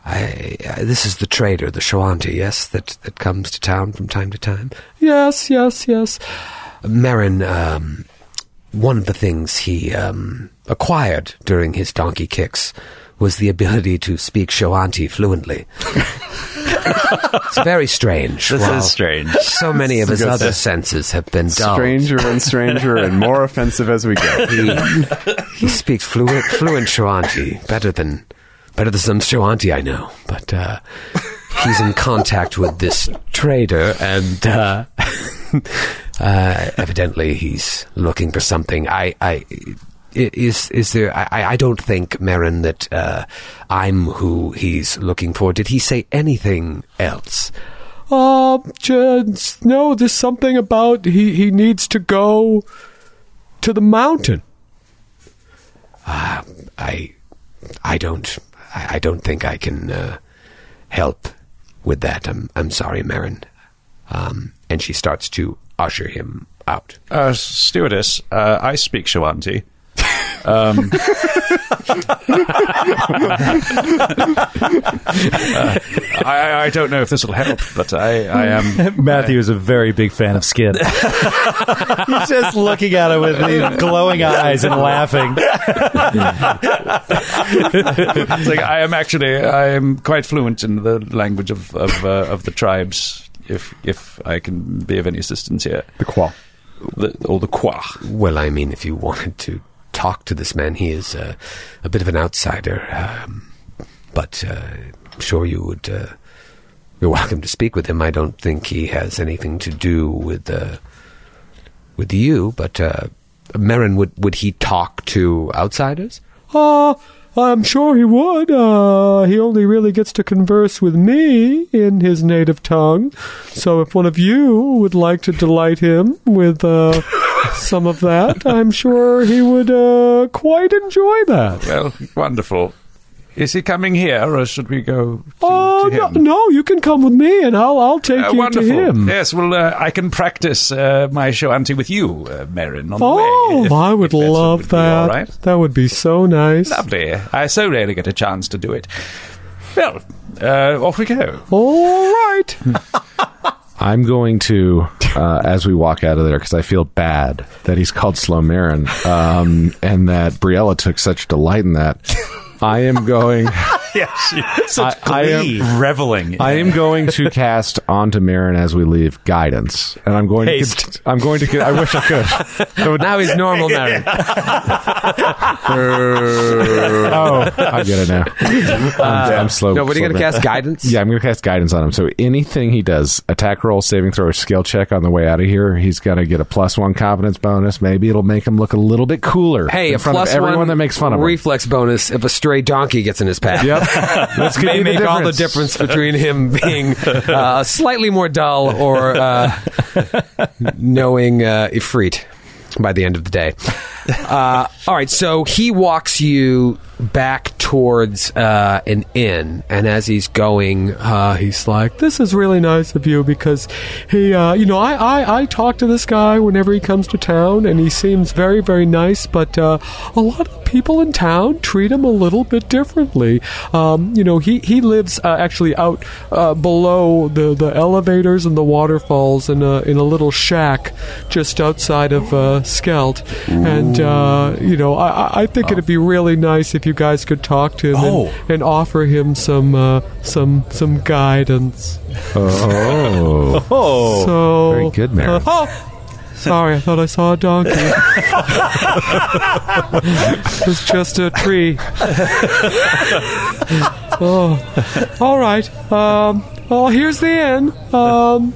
Speaker 6: I, uh, this is the trader, the Shawanti, yes, that, that comes to town from time to time. Yes, yes, yes. Marin, um, one of the things he um, acquired during his donkey kicks was the ability to speak Shawanti fluently. it's very strange.
Speaker 7: This
Speaker 6: Wow.
Speaker 7: is strange.
Speaker 6: So many of his other senses have been dulled.
Speaker 3: Stranger and stranger and more offensive as we go.
Speaker 6: He, he speaks fluent fluent Shawanti, better than better than some Shawanti I know. But uh, he's in contact with this trader, and uh, uh, evidently he's looking for something. I, I i- is is there? I, I- I don't think Marin that uh, I'm who he's looking for. Did he say anything else? Uh, just, no. There's something about he he needs to go to the mountain. I, I don't, I I don't think I can uh, help with that. I'm, I'm sorry, Marin. Um, and she starts to usher him out.
Speaker 7: Uh, stewardess, uh, I speak Shawanti. uh, Um, uh, I, I don't know if this will help, but I, I am.
Speaker 5: Matthew is a very big fan of Skid. He's just looking at it with these glowing eyes and laughing.
Speaker 7: It's like, I am actually. I am quite fluent in the language of of, uh, of the tribes. If if I can be of any assistance here,
Speaker 3: The qual.
Speaker 7: the, or the qua.
Speaker 6: Well, I mean, if you wanted to talk to this man, he is uh, a bit of an outsider. Um, but uh, I'm sure you would. Uh, you're welcome to speak with him. I don't think he has anything to do with uh, with you. But uh, Marin, would would he talk to outsiders? Uh, I'm sure he would. Uh, he only really gets to converse with me in his native tongue. So if one of you would like to delight him with uh, some of that, I'm sure he would uh, quite enjoy that.
Speaker 7: Well, wonderful. Is he coming here, or should we go to,
Speaker 6: Uh,
Speaker 7: to
Speaker 6: no,
Speaker 7: him?
Speaker 6: no, you can come with me, and I'll I'll take
Speaker 7: Uh,
Speaker 6: you
Speaker 7: wonderful.
Speaker 6: to him.
Speaker 7: Yes, well, uh, I can practice uh, my show auntie with you, uh, Marin, on the
Speaker 6: Oh,
Speaker 7: way. if-
Speaker 6: I would
Speaker 7: if that's-
Speaker 6: love
Speaker 7: would be
Speaker 6: that.
Speaker 7: all right.
Speaker 6: That would be so nice.
Speaker 7: Lovely. I so rarely get a chance to do it. Well, uh, off we go.
Speaker 6: All right.
Speaker 2: I'm going to, uh, as we walk out of there, because I feel bad that he's called Slow Marin um, and that Briella took such delight in that. I am going.
Speaker 7: yeah, she, such
Speaker 2: I- I am-
Speaker 7: glee, reveling. in
Speaker 2: I
Speaker 7: it.
Speaker 2: am going to cast onto Marin as we leave guidance, and I'm going to.
Speaker 7: Haste.
Speaker 2: cont- I'm going to. con- I wish I could. That would-
Speaker 6: Now he's normal Marin.
Speaker 2: oh, I get it now. I'm, I'm slow.
Speaker 6: No, what are you
Speaker 2: slow
Speaker 6: going to
Speaker 2: bit.
Speaker 6: cast? Guidance?
Speaker 2: Yeah, I'm going to cast guidance on him. So anything he does, attack roll, saving throw, or skill check on the way out of here, he's going to get a plus one confidence bonus. Maybe it'll make him look a little bit cooler.
Speaker 6: Hey,
Speaker 2: in
Speaker 6: a
Speaker 2: front
Speaker 6: plus
Speaker 2: of everyone
Speaker 6: one
Speaker 2: that makes fun of him.
Speaker 6: reflex bonus if a stray donkey gets in his path.
Speaker 2: Yep, that's could
Speaker 6: May
Speaker 2: be
Speaker 6: make all the difference between him being uh, slightly more dull or uh, knowing uh, Ifrit by the end of the day. Uh, all right, so he walks you back towards uh, an inn, and as he's going, uh, he's like, "This is really nice of you because he, uh, you know, I, I I talk to this guy whenever he comes to town, and he seems very very nice, but uh, a lot of people in town treat him a little bit differently. Um, you know, he he lives uh, actually out uh, below the the elevators and the waterfalls in a in a little shack just outside of uh, Skelt, and uh, you know, I I- I think it'd be really nice if you guys could talk to him
Speaker 2: Oh.
Speaker 6: and, and offer him some uh, some some guidance.
Speaker 2: Oh,
Speaker 6: so
Speaker 2: very good, Mary.
Speaker 6: uh, oh. Sorry, I thought I saw a donkey. it was just a tree. oh, all right. Um, well, here's the inn. Um,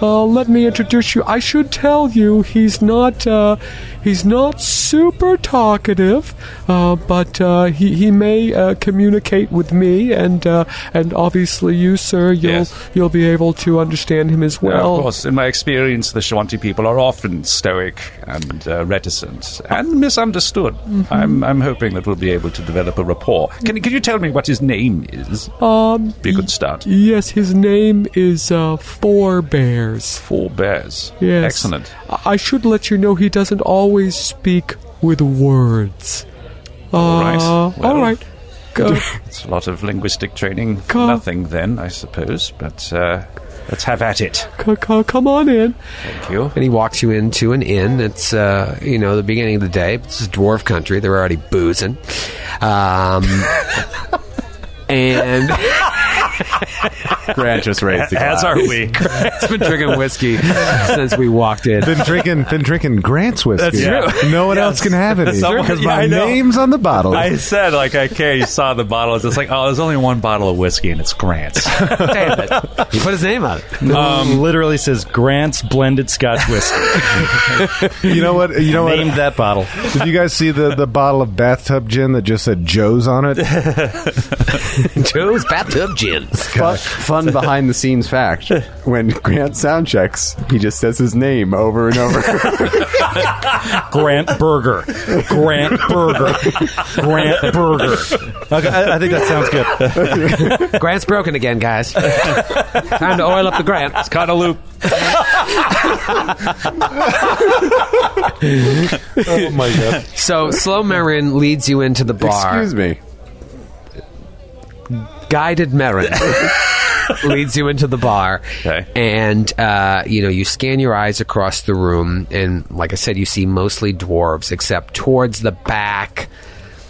Speaker 6: uh, let me introduce you. I should tell you, he's not uh, he's not super talkative, uh, but uh, he he may uh, communicate with me, and uh, and obviously you, sir, you'll
Speaker 10: Yes.
Speaker 6: you'll be able to understand him as
Speaker 10: Now,
Speaker 6: well.
Speaker 10: of course, in my experience, the Shawanti people are often stoic and uh, reticent and misunderstood.
Speaker 6: Mm-hmm.
Speaker 10: I'm, I'm hoping that we'll be able to develop a rapport. Can, can you tell me what his name is?
Speaker 6: Um,
Speaker 10: Be a good start.
Speaker 6: Yes, his name is uh, Four Bears.
Speaker 10: Four bears.
Speaker 6: Yes.
Speaker 10: Excellent.
Speaker 6: I-, I should let you know he doesn't always speak with words.
Speaker 10: All right.
Speaker 6: Uh,
Speaker 10: Well,
Speaker 6: all right. Go.
Speaker 10: It's a lot of linguistic training. for
Speaker 6: Come.
Speaker 10: Nothing then, I suppose. But uh, let's have at it.
Speaker 6: c- c- come on in.
Speaker 10: Thank you.
Speaker 6: And he walks you into an inn. It's, uh, you know, the beginning of the day. This is dwarf country. They're already boozing. Um, and
Speaker 3: Grant just raised the glass.
Speaker 7: As are we.
Speaker 6: it's been drinking whiskey since we walked in.
Speaker 2: Been drinking, been drinking Grant's whiskey.
Speaker 7: That's
Speaker 2: No one else can have it either
Speaker 7: Someone-
Speaker 2: because
Speaker 7: yeah,
Speaker 2: my
Speaker 7: I know.
Speaker 2: name's on the bottle.
Speaker 7: I said, like, okay, you saw the bottle. It's just like, oh, there's only one bottle of whiskey, and it's Grant's.
Speaker 6: Damn it. He put his name on it.
Speaker 5: Um, literally says Grant's blended Scotch whiskey.
Speaker 2: you know what? You know
Speaker 5: Named
Speaker 2: what?
Speaker 5: that bottle.
Speaker 2: Did you guys see the, the bottle of bathtub gin that just said Joe's on it?
Speaker 6: Joe's Bathtub Gin.
Speaker 3: Fu- fun behind the scenes fact. When Grant sound checks, he just says his name over and over.
Speaker 5: Grant Burger. Grant Burger. Grant Burger. Okay, I, I think that sounds good.
Speaker 6: Grant's broken again, guys. Time to oil up the Grant.
Speaker 7: Cut a loop.
Speaker 6: So Slow Marin leads you into the bar.
Speaker 3: Excuse me.
Speaker 6: Guided Marin leads you into the bar.
Speaker 7: Okay.
Speaker 6: And, uh, you know, you scan your eyes across the room. And like I said, you see mostly dwarves, except towards the back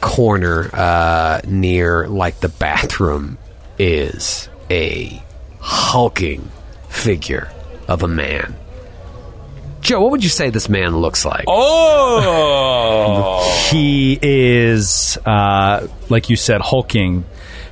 Speaker 6: corner uh, near, like, the bathroom is a hulking figure of a man. Joe, what would you say this man looks like?
Speaker 7: Oh!
Speaker 5: He is, uh, like you said, hulking,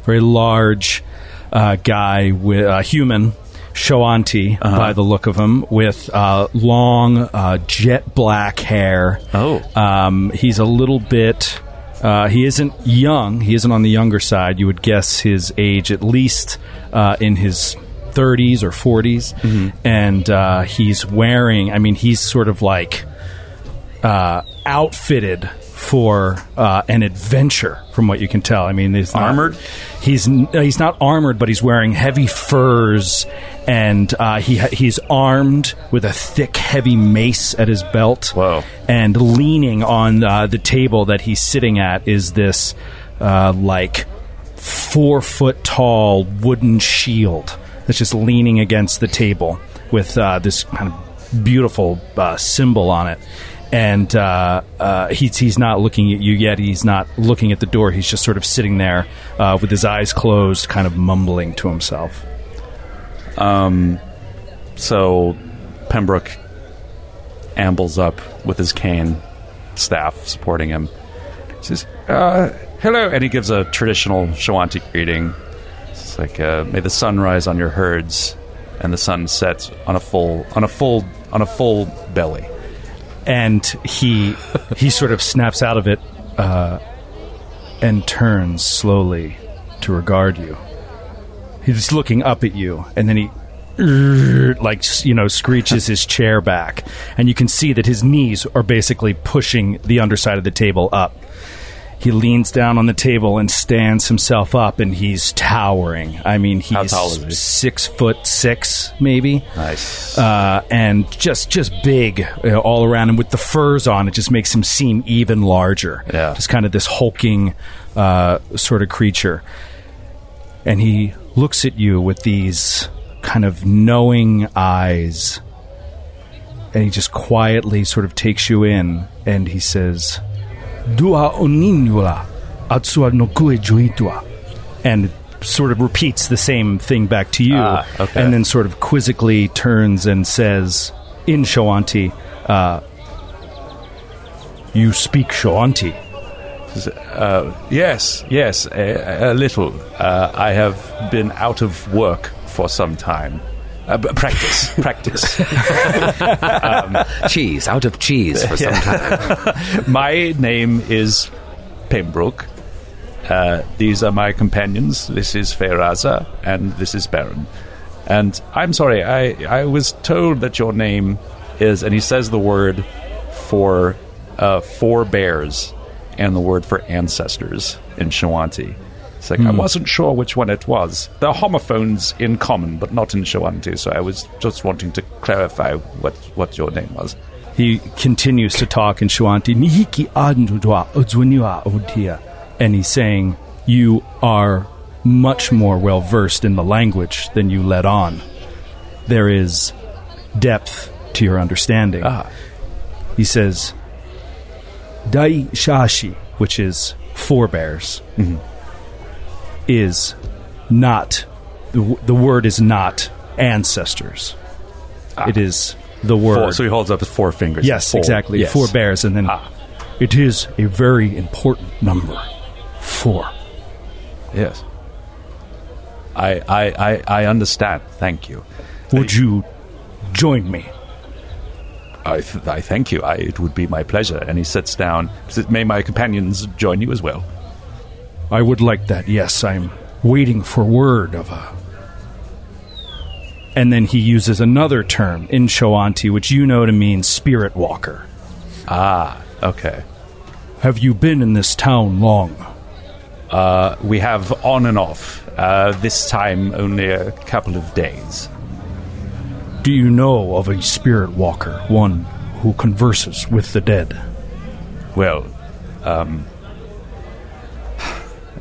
Speaker 5: very large uh, guy, with uh, human, Shoanti by the look of him, with uh, long uh, jet black hair.
Speaker 7: Oh.
Speaker 5: Um, he's a little bit. Uh, he isn't young. He isn't on the younger side. You would guess his age at least uh, in his 30s or 40s. And uh, he's wearing, I mean, he's sort of like uh, outfitted for uh, an adventure, from what you can tell. I mean, he's not,
Speaker 7: Armored?
Speaker 5: He's n- uh, he's not armored, but he's wearing heavy furs, and uh, he ha- he's armed with a thick, heavy mace at his belt.
Speaker 7: Whoa.
Speaker 5: And leaning on uh, the table that he's sitting at is this uh, like four foot tall wooden shield that's just leaning against the table with uh, this kind of beautiful uh, symbol on it. and uh, uh, he's he's not looking at you yet. He's not looking at the door. He's just sort of sitting there uh, with his eyes closed, kind of mumbling to himself.
Speaker 7: So Pembroke ambles up with his cane staff supporting him. He says, uh, hello. And he gives a traditional Shawanti greeting. It's like, uh, may the sun rise on your herds and the sun set on a full, on a full, on a full belly.
Speaker 5: and he he sort of snaps out of it uh, and turns slowly to regard you. He's looking up at you, and then he like you know screeches his chair back, and you can see that his knees are basically pushing the underside of the table up. He leans down on the table and stands himself up, and he's towering. I mean, he's
Speaker 7: tall is he?
Speaker 5: six foot six, maybe
Speaker 7: Nice.
Speaker 5: uh, and just just big uh, all around, and with the furs on, it just makes him seem even larger.
Speaker 7: Yeah.
Speaker 5: just kind of this hulking uh, sort of creature. And he looks at you with these kind of knowing eyes, and he just quietly sort of takes you in, and he says, "Dua oninula, atsua no kue joitua," and sort of repeats the same thing back to you,
Speaker 7: Ah, okay.
Speaker 5: and then sort of quizzically turns and says in Shawanti, uh, "You speak Shawanti."
Speaker 7: "Uh, Yes, yes, a, a little. Uh, I have been out of work for some time. Uh, b- practice, practice.
Speaker 6: cheese out of cheese for some time.
Speaker 7: My name is Pembroke. Uh, these are my companions. This is Feyraza, and this is Baron. And I'm sorry, I, I was told that your name is, and he says the word for uh, forebears and the word for ancestors in Shawanti. It's like, I wasn't sure which one it was. They're homophones in common, but not in Shawanti, so I was just wanting to clarify what, what your name was.
Speaker 5: He continues to talk in Shuanti. "Nihiki adnudwa odzwiniwa odia." And he's saying, You are much more well versed in the language than you let on. There is depth to your understanding. He says, Dai Shashi, which is forebears, is not, the, w- the word is not ancestors. It is the word.
Speaker 7: Four, so he holds up his four fingers.
Speaker 5: Yes,
Speaker 7: Four.
Speaker 5: exactly.
Speaker 7: Yes. Ah.
Speaker 5: Four bears, and then it is a very important number. Four.
Speaker 7: Yes. I, I, I, I understand. Thank you.
Speaker 5: Would you join me?
Speaker 7: I, th- I thank you. I, it would be my pleasure. And he sits down. Says, May my companions join you as well.
Speaker 5: I would like that. Yes, I'm waiting for word of a. And then he uses another term in Shoanti, which you know to mean spirit walker.
Speaker 7: Okay.
Speaker 5: Have you been in this town long?
Speaker 7: We have on and off. Uh, this time only a couple of days.
Speaker 5: Do you know of a spirit walker, one who converses with the dead?
Speaker 7: Well, um,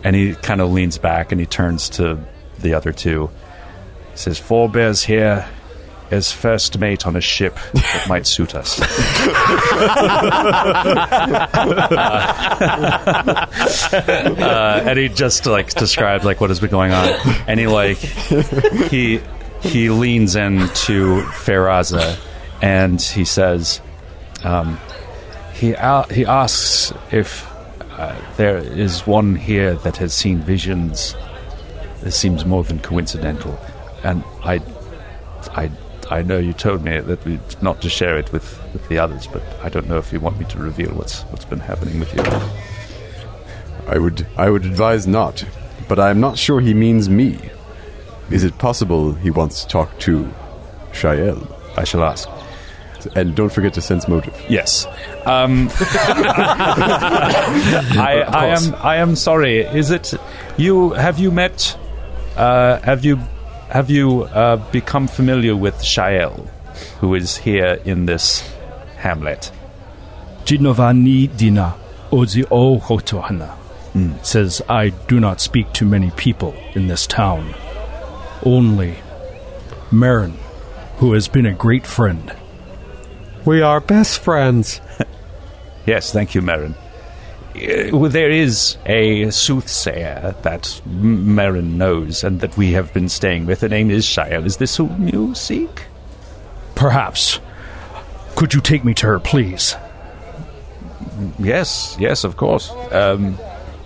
Speaker 7: and he kind of leans back and he turns to the other two.
Speaker 10: He says, Forebears here as first mate on a ship that might suit us.
Speaker 7: uh, and he just like described like what has been going on, and he like he he leans in to Feraza, and he says,
Speaker 10: He, a he asks if uh, there is one here that has seen visions. This seems more than coincidental, and I, I, I know you told me that we, not to share it with, with the others, but I don't know if you want me to reveal what's what's been happening with you.
Speaker 3: I would I would advise not, but I'm not sure he means me. Is it possible he wants to talk to Shael?
Speaker 10: I shall ask.
Speaker 3: And don't forget to sense motive.
Speaker 7: "Yes." Um, I, I am I am sorry. Is it you? Have you met? Uh, have you have you uh, become familiar with Shael, who is here in this hamlet?
Speaker 5: Jinovani Dina Ozi O Hotohana says, I do not speak to many people in this town. Only Marin, who has been a great friend.
Speaker 6: We are best friends.
Speaker 10: Yes, thank you, Marin. Uh, well, There is a soothsayer that M- Marin knows and that we have been staying with. The name is Shire. Is this whom you seek?
Speaker 5: Perhaps. Could you take me to her, please?
Speaker 10: Yes, yes, of course. Um,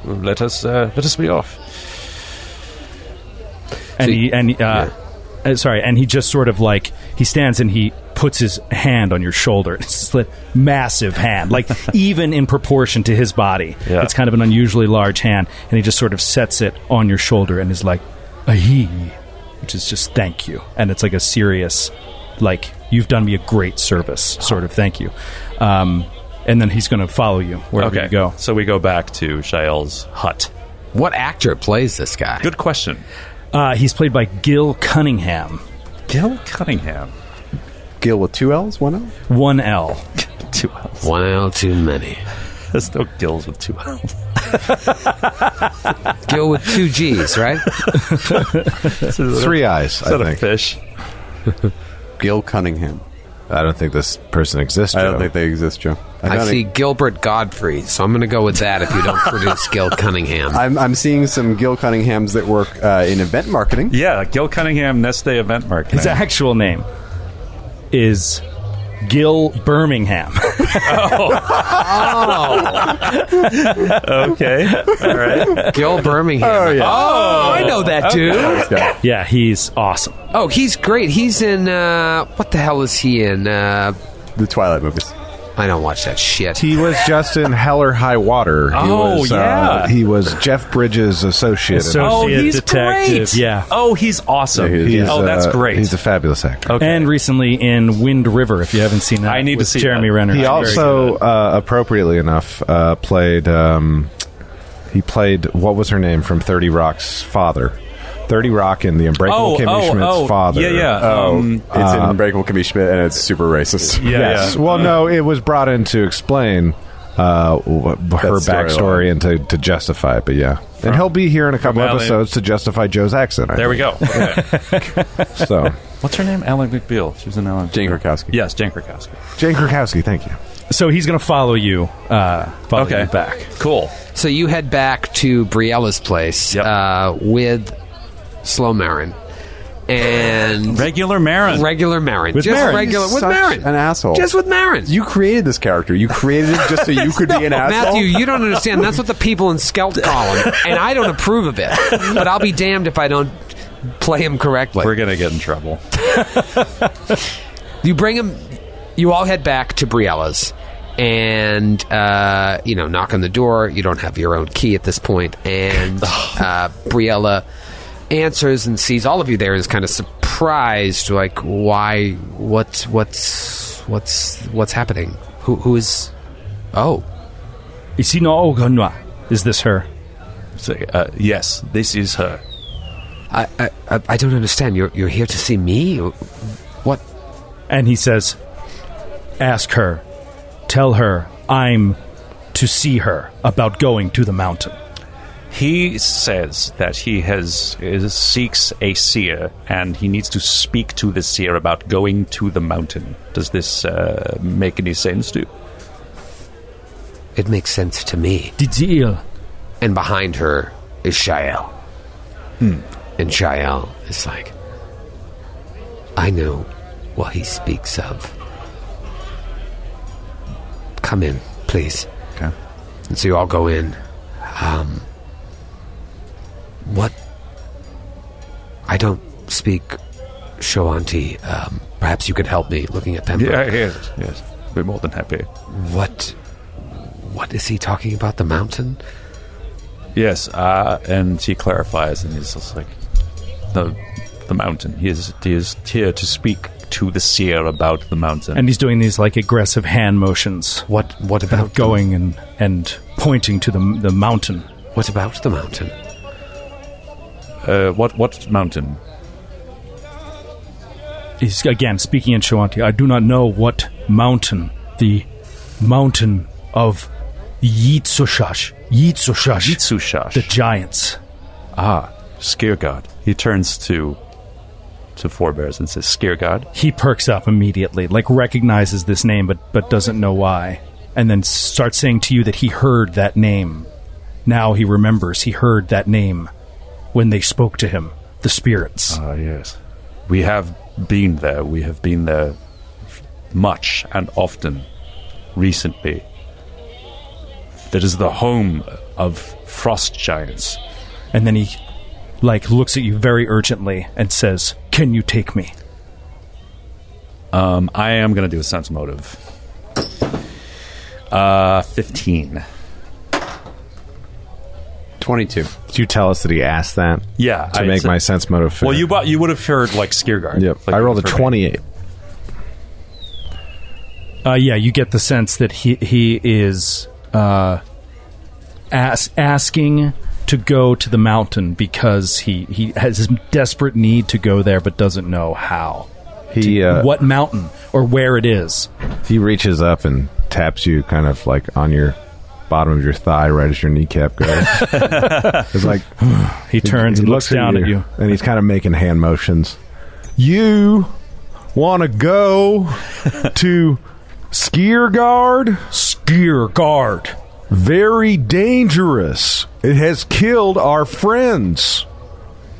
Speaker 10: let us uh, let us be off.
Speaker 5: and he and uh, uh, sorry, and he just sort of like he stands and he puts his hand on your shoulder. It's just a massive hand, like even in proportion to his body.
Speaker 10: Yeah.
Speaker 5: It's kind of an unusually large hand, and he just sort of sets it on your shoulder and is like, "Ahi," which is just thank you, and it's like a serious, like you've done me a great service, sort of thank you. Um, and then he's going to follow you wherever
Speaker 7: Okay,
Speaker 5: you go.
Speaker 7: so we go back to Shael's hut.
Speaker 6: What actor plays this guy?
Speaker 7: Good question.
Speaker 5: Uh, he's played by Gil Cunningham,
Speaker 7: Gil Cunningham.
Speaker 3: Gil with two L's, one L.
Speaker 5: one L.
Speaker 7: Two L's.
Speaker 6: One L too many.
Speaker 7: There's no Gills with two L's.
Speaker 6: Gil with two G's, right?
Speaker 2: Three eyes,
Speaker 7: Is that
Speaker 2: I
Speaker 7: a
Speaker 2: think.
Speaker 7: fish?
Speaker 3: Gil Cunningham.
Speaker 2: I don't think this person exists.
Speaker 3: I don't
Speaker 2: Joe.
Speaker 3: think they exist, Joe.
Speaker 6: I,
Speaker 3: gotta-
Speaker 6: see Gilbert Godfrey, so I'm going to go with that. If you don't produce Gil Cunningham,
Speaker 3: I'm, I'm seeing some Gil Cunninghams that work uh, in event marketing.
Speaker 7: Yeah, Gil Cunningham, Neste Event Marketing.
Speaker 5: His actual name is Gil Birmingham.
Speaker 7: Okay. All right.
Speaker 6: Gil Birmingham. Oh, yeah. oh, I know that dude.
Speaker 5: yeah, he's awesome.
Speaker 6: Oh, he's great. He's in uh, what the hell is he in? Uh,
Speaker 3: The Twilight movies.
Speaker 6: I don't watch that shit.
Speaker 2: He was just in Hell or High Water. He
Speaker 7: Oh,
Speaker 2: was, uh,
Speaker 7: yeah.
Speaker 2: he was Jeff Bridges' associate.
Speaker 7: Oh, he's great.
Speaker 5: Yeah.
Speaker 7: Oh, he's awesome.
Speaker 3: Yeah, he is.
Speaker 7: oh, that's
Speaker 2: uh,
Speaker 7: great.
Speaker 2: He's a fabulous actor.
Speaker 5: And recently in Wind River, if you haven't seen that.
Speaker 7: I need to
Speaker 5: with
Speaker 7: see
Speaker 5: Jeremy
Speaker 7: that.
Speaker 5: Renner.
Speaker 2: He
Speaker 5: It's
Speaker 2: also, uh, appropriately enough, uh, played. Um, he played what was her name from Thirty Rock's father. Thirty Rock and the Unbreakable
Speaker 7: oh,
Speaker 2: Kimmy
Speaker 7: oh,
Speaker 2: Schmidt's
Speaker 7: oh,
Speaker 2: father.
Speaker 7: Yeah, yeah. um,
Speaker 3: it's in Unbreakable Kimmy Schmidt, and it's super racist.
Speaker 7: yeah,
Speaker 2: Yes.
Speaker 7: yeah. Uh-huh.
Speaker 2: Well, no, it was brought in to explain uh, wh- her backstory
Speaker 3: storyline.
Speaker 2: and to, to justify it. But yeah, and he'll be here in a couple
Speaker 7: Valley.
Speaker 2: episodes to justify Joe's accent. I
Speaker 7: There we go. Okay.
Speaker 2: think. So,
Speaker 7: What's her name? Alan McBeal. She was in Alan.
Speaker 3: Jane Krakowski.
Speaker 7: Yes, Jane Krakowski.
Speaker 2: Jane Krakowski, thank you.
Speaker 5: So he's going to follow you. Uh, follow
Speaker 7: Okay.
Speaker 5: you back.
Speaker 7: Cool.
Speaker 6: So you head back to Briella's place
Speaker 7: Yep.
Speaker 6: uh, with Slow Marin and
Speaker 7: Regular Marin.
Speaker 6: regular Marin,
Speaker 5: With
Speaker 6: just
Speaker 5: Marin.
Speaker 6: regular with
Speaker 3: Such
Speaker 6: Marin,
Speaker 3: an asshole.
Speaker 6: just with Marin.
Speaker 3: You created this character. You created it just so you could be an asshole.
Speaker 6: Matthew, you don't understand. That's what the people in Skelp call him, and I don't approve of it. But I'll be damned if I don't play him correctly.
Speaker 7: We're going to get in trouble.
Speaker 6: you bring him you all head back to briella's and uh, you know knock on the door you don't have your own key at this point and uh, briella answers and sees all of you there and is kind of surprised like why what's what's what's what's happening who who is oh
Speaker 5: Is he no Ogonwa? Is this her?
Speaker 7: So, uh, yes, this is her.
Speaker 6: i i, I I don't understand you're you're here to see me what
Speaker 5: And he says, Ask her. Tell her I'm to see her about going to the mountain.
Speaker 7: He says that he has is, seeks a seer and he needs to speak to the seer about going to the mountain. Does this uh, make any sense to you?
Speaker 6: it makes sense to me
Speaker 5: Didil.
Speaker 6: and behind her is Shael. And Shael is like, I know what he speaks of. Come in, please. Okay. And so you all go in. Um, what? I don't speak Shoanti. Um, perhaps you could help me looking at Pembroke.
Speaker 7: yes, yes. We're more than happy.
Speaker 6: What? What is he talking about? The mountain?
Speaker 7: Yes, uh, and he clarifies, and he's just like the the mountain. He is he is here to speak to the seer about the mountain.
Speaker 5: And he's doing these like aggressive hand motions.
Speaker 6: What? What
Speaker 5: kind
Speaker 6: about
Speaker 5: of going and and pointing to the the mountain.
Speaker 6: What about the mountain?
Speaker 7: uh, what what mountain?
Speaker 5: He's again speaking in Shawanti. I do not know what mountain the mountain of Yitzhoshash, Yitzhoshash, the
Speaker 7: Jitsushash,
Speaker 5: giants.
Speaker 7: Skirgard. He turns to to forebears and says, "Skirgard,
Speaker 5: He perks up immediately, like recognizes this name, but but doesn't know why. and then starts saying to you that he heard that name. Now he remembers he heard that name when they spoke to him, the spirits.
Speaker 7: Ah, yes. We have been there. We have been there much and often recently. That is the home of frost giants.
Speaker 5: and then he like looks at you very urgently and says, "Can you take me?"
Speaker 7: Um, I am going to do a sense motive. Uh, 15.
Speaker 3: 22.
Speaker 2: Did you tell us that he asked that to
Speaker 7: Yeah. I-
Speaker 2: make my sense motive fit?
Speaker 7: Well, you bought, you would have heard like Skiergard.
Speaker 2: Yep.
Speaker 7: Like,
Speaker 2: I rolled a
Speaker 7: for me.
Speaker 2: 28.
Speaker 5: Uh, yeah, you get the sense that he he is uh, as, asking to go to the mountain because he he has this desperate need to go there but doesn't know how,
Speaker 2: He uh,
Speaker 5: what mountain or where it is.
Speaker 2: he reaches up and taps you kind of like on your bottom of your thigh right as your kneecap goes. it's like
Speaker 5: He turns
Speaker 2: he
Speaker 5: and looks,
Speaker 2: at
Speaker 5: down at you.
Speaker 2: and he's kind of making hand motions. You want to go to Skiergard?
Speaker 5: Skier guard.
Speaker 2: Very dangerous. It has killed our friends.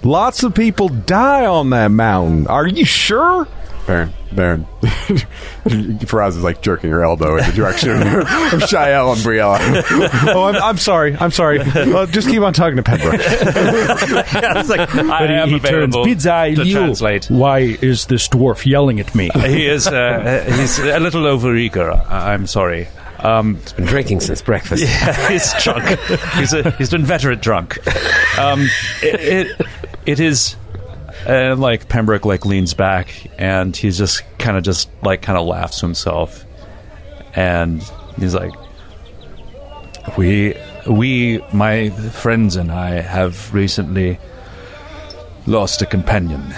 Speaker 2: Lots of people die on that mountain. Are you sure?
Speaker 3: Baron. Baron. Faraz is like jerking her elbow in the direction of, of Shael and Briella.
Speaker 2: oh, I'm, I'm sorry. I'm sorry. Uh, just keep on talking to Pembroke.
Speaker 7: It's like, I
Speaker 5: he,
Speaker 7: am
Speaker 5: he turns.
Speaker 7: available
Speaker 5: Pizza,
Speaker 7: to
Speaker 5: you.
Speaker 7: translate.
Speaker 5: Why is this dwarf yelling at me?
Speaker 7: He is, uh, he's a little over eager. I- I'm sorry. Um,
Speaker 6: Been drinking since breakfast.
Speaker 7: he's drunk. He's a he's an inveterate drunk. Um, it, it it is, and like Pembroke like leans back and he's just kind of just like kind of laughs to himself, and he's like,
Speaker 10: We, we, my friends and I have recently lost a companion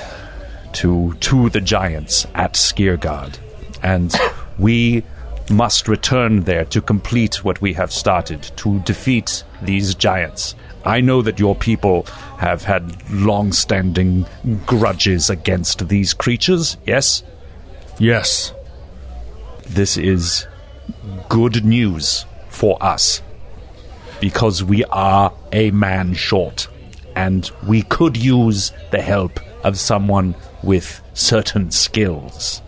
Speaker 10: to to the giants at Skiergard, and we must return there to complete what we have started to defeat these giants. I know that your people have had long-standing grudges against these creatures. Yes,
Speaker 5: yes.
Speaker 10: this is good news for us because we are a man short and we could use the help of someone with certain skills.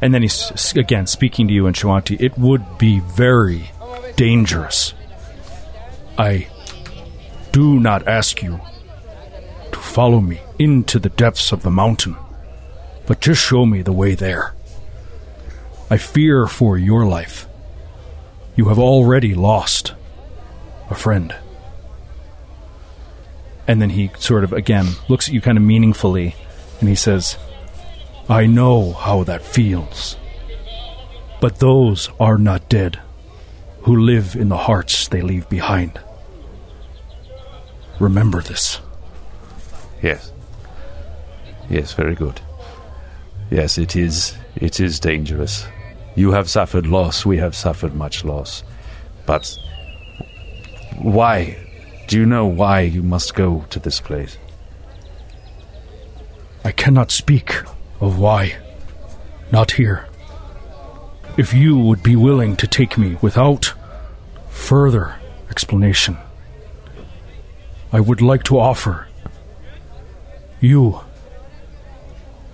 Speaker 5: And then he's s- again speaking to you in Shawanti. It would be very dangerous. I do not ask you to follow me into the depths of the mountain, but just show me the way there. I fear for your life. You have already lost a friend. And then he sort of again looks at you kind of meaningfully and he says, I know how that feels. But those are not dead who live in the hearts they leave behind. Remember this.
Speaker 10: Yes. Yes, very good. Yes, it is it is dangerous. You have suffered loss, we have suffered much loss. But why? Do you know why you must go to this place?
Speaker 5: I cannot speak of why. Not here. If you would be willing to take me without further explanation, I would like to offer you,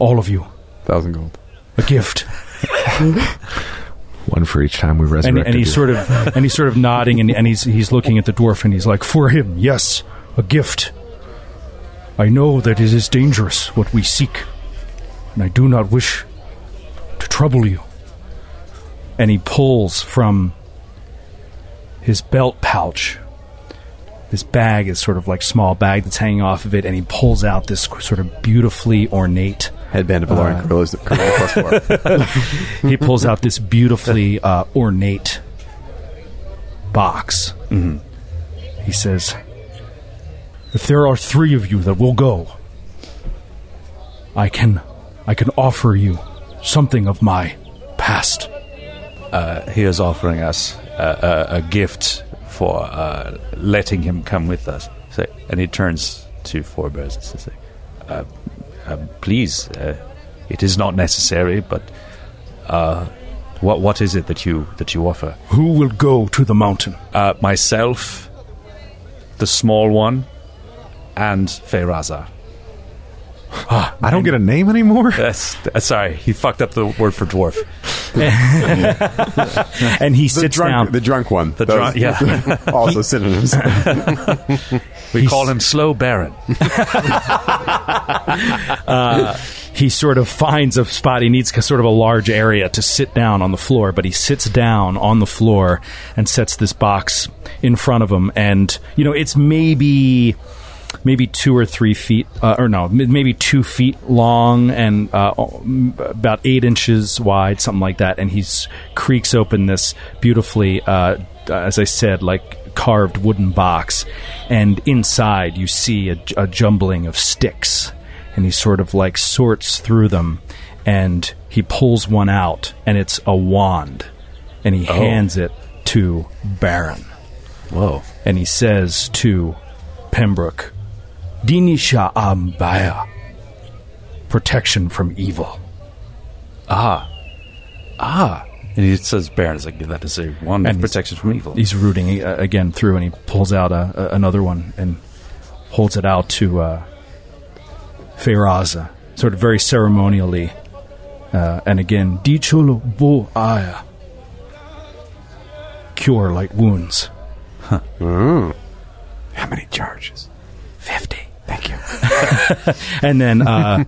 Speaker 5: all of you,
Speaker 3: Thousand gold.
Speaker 5: a gift.
Speaker 2: One for each time we
Speaker 5: and,
Speaker 2: resurrected
Speaker 5: and he's
Speaker 2: you.
Speaker 5: sort of and he's sort of nodding and, and he's he's looking at the dwarf and he's like for him yes a gift i know that it is dangerous what we seek and i do not wish to trouble you and he pulls from his belt pouch this bag is sort of like small bag that's hanging off of it and he pulls out this sort of beautifully ornate
Speaker 3: Headband of Valorian Gorillas that Gorilla plus four.
Speaker 5: he pulls out this beautifully uh, ornate box.
Speaker 3: Mm-hmm.
Speaker 5: He says, "If there are three of you that will go, I can, I can offer you something of my past."
Speaker 10: He is offering us a, a, a gift for uh, letting him come with us. So, and he turns to Four Bears and says, uh, uh, Please, uh, it is not necessary, but uh,
Speaker 7: What what is it that you that you offer?
Speaker 5: Who will go to the mountain?
Speaker 7: Uh, myself, the small one, and Feyraza.
Speaker 2: I don't get a name anymore.
Speaker 7: That's uh, sorry, he fucked up the word for dwarf.
Speaker 5: And he sits
Speaker 3: drunk,
Speaker 5: down.
Speaker 3: The drunk one.
Speaker 7: The drunk- yeah.
Speaker 3: also synonyms.
Speaker 7: We call him Slow Baron.
Speaker 5: he sort of finds a spot. He needs sort of a large area to sit down on the floor, but he sits down on the floor and sets this box in front of him. And you know, it's maybe maybe two or three feet, uh, or no, m- maybe two feet long and uh, o- m- about eight inches wide, something like that. And he's creaks open this beautifully, uh, as I said, like carved wooden box, and inside you see a, a jumbling of sticks and he sort of like sorts through them and he pulls one out and it's a wand and he hands it to Baron. Whoa. And he says to Pembroke, Dinisha Ambaya, protection from evil.
Speaker 7: And he says Baron is like that is a one
Speaker 5: And he's-
Speaker 7: protection from evil.
Speaker 5: He's rooting uh, again through and he pulls out a, a, another one and holds it out to uh, Feyraza, sort of very ceremonially. Uh, and again, Dicholo Bo Aya. Cure light wounds.
Speaker 3: How many charges?
Speaker 5: 50. Thank you. and then, uh,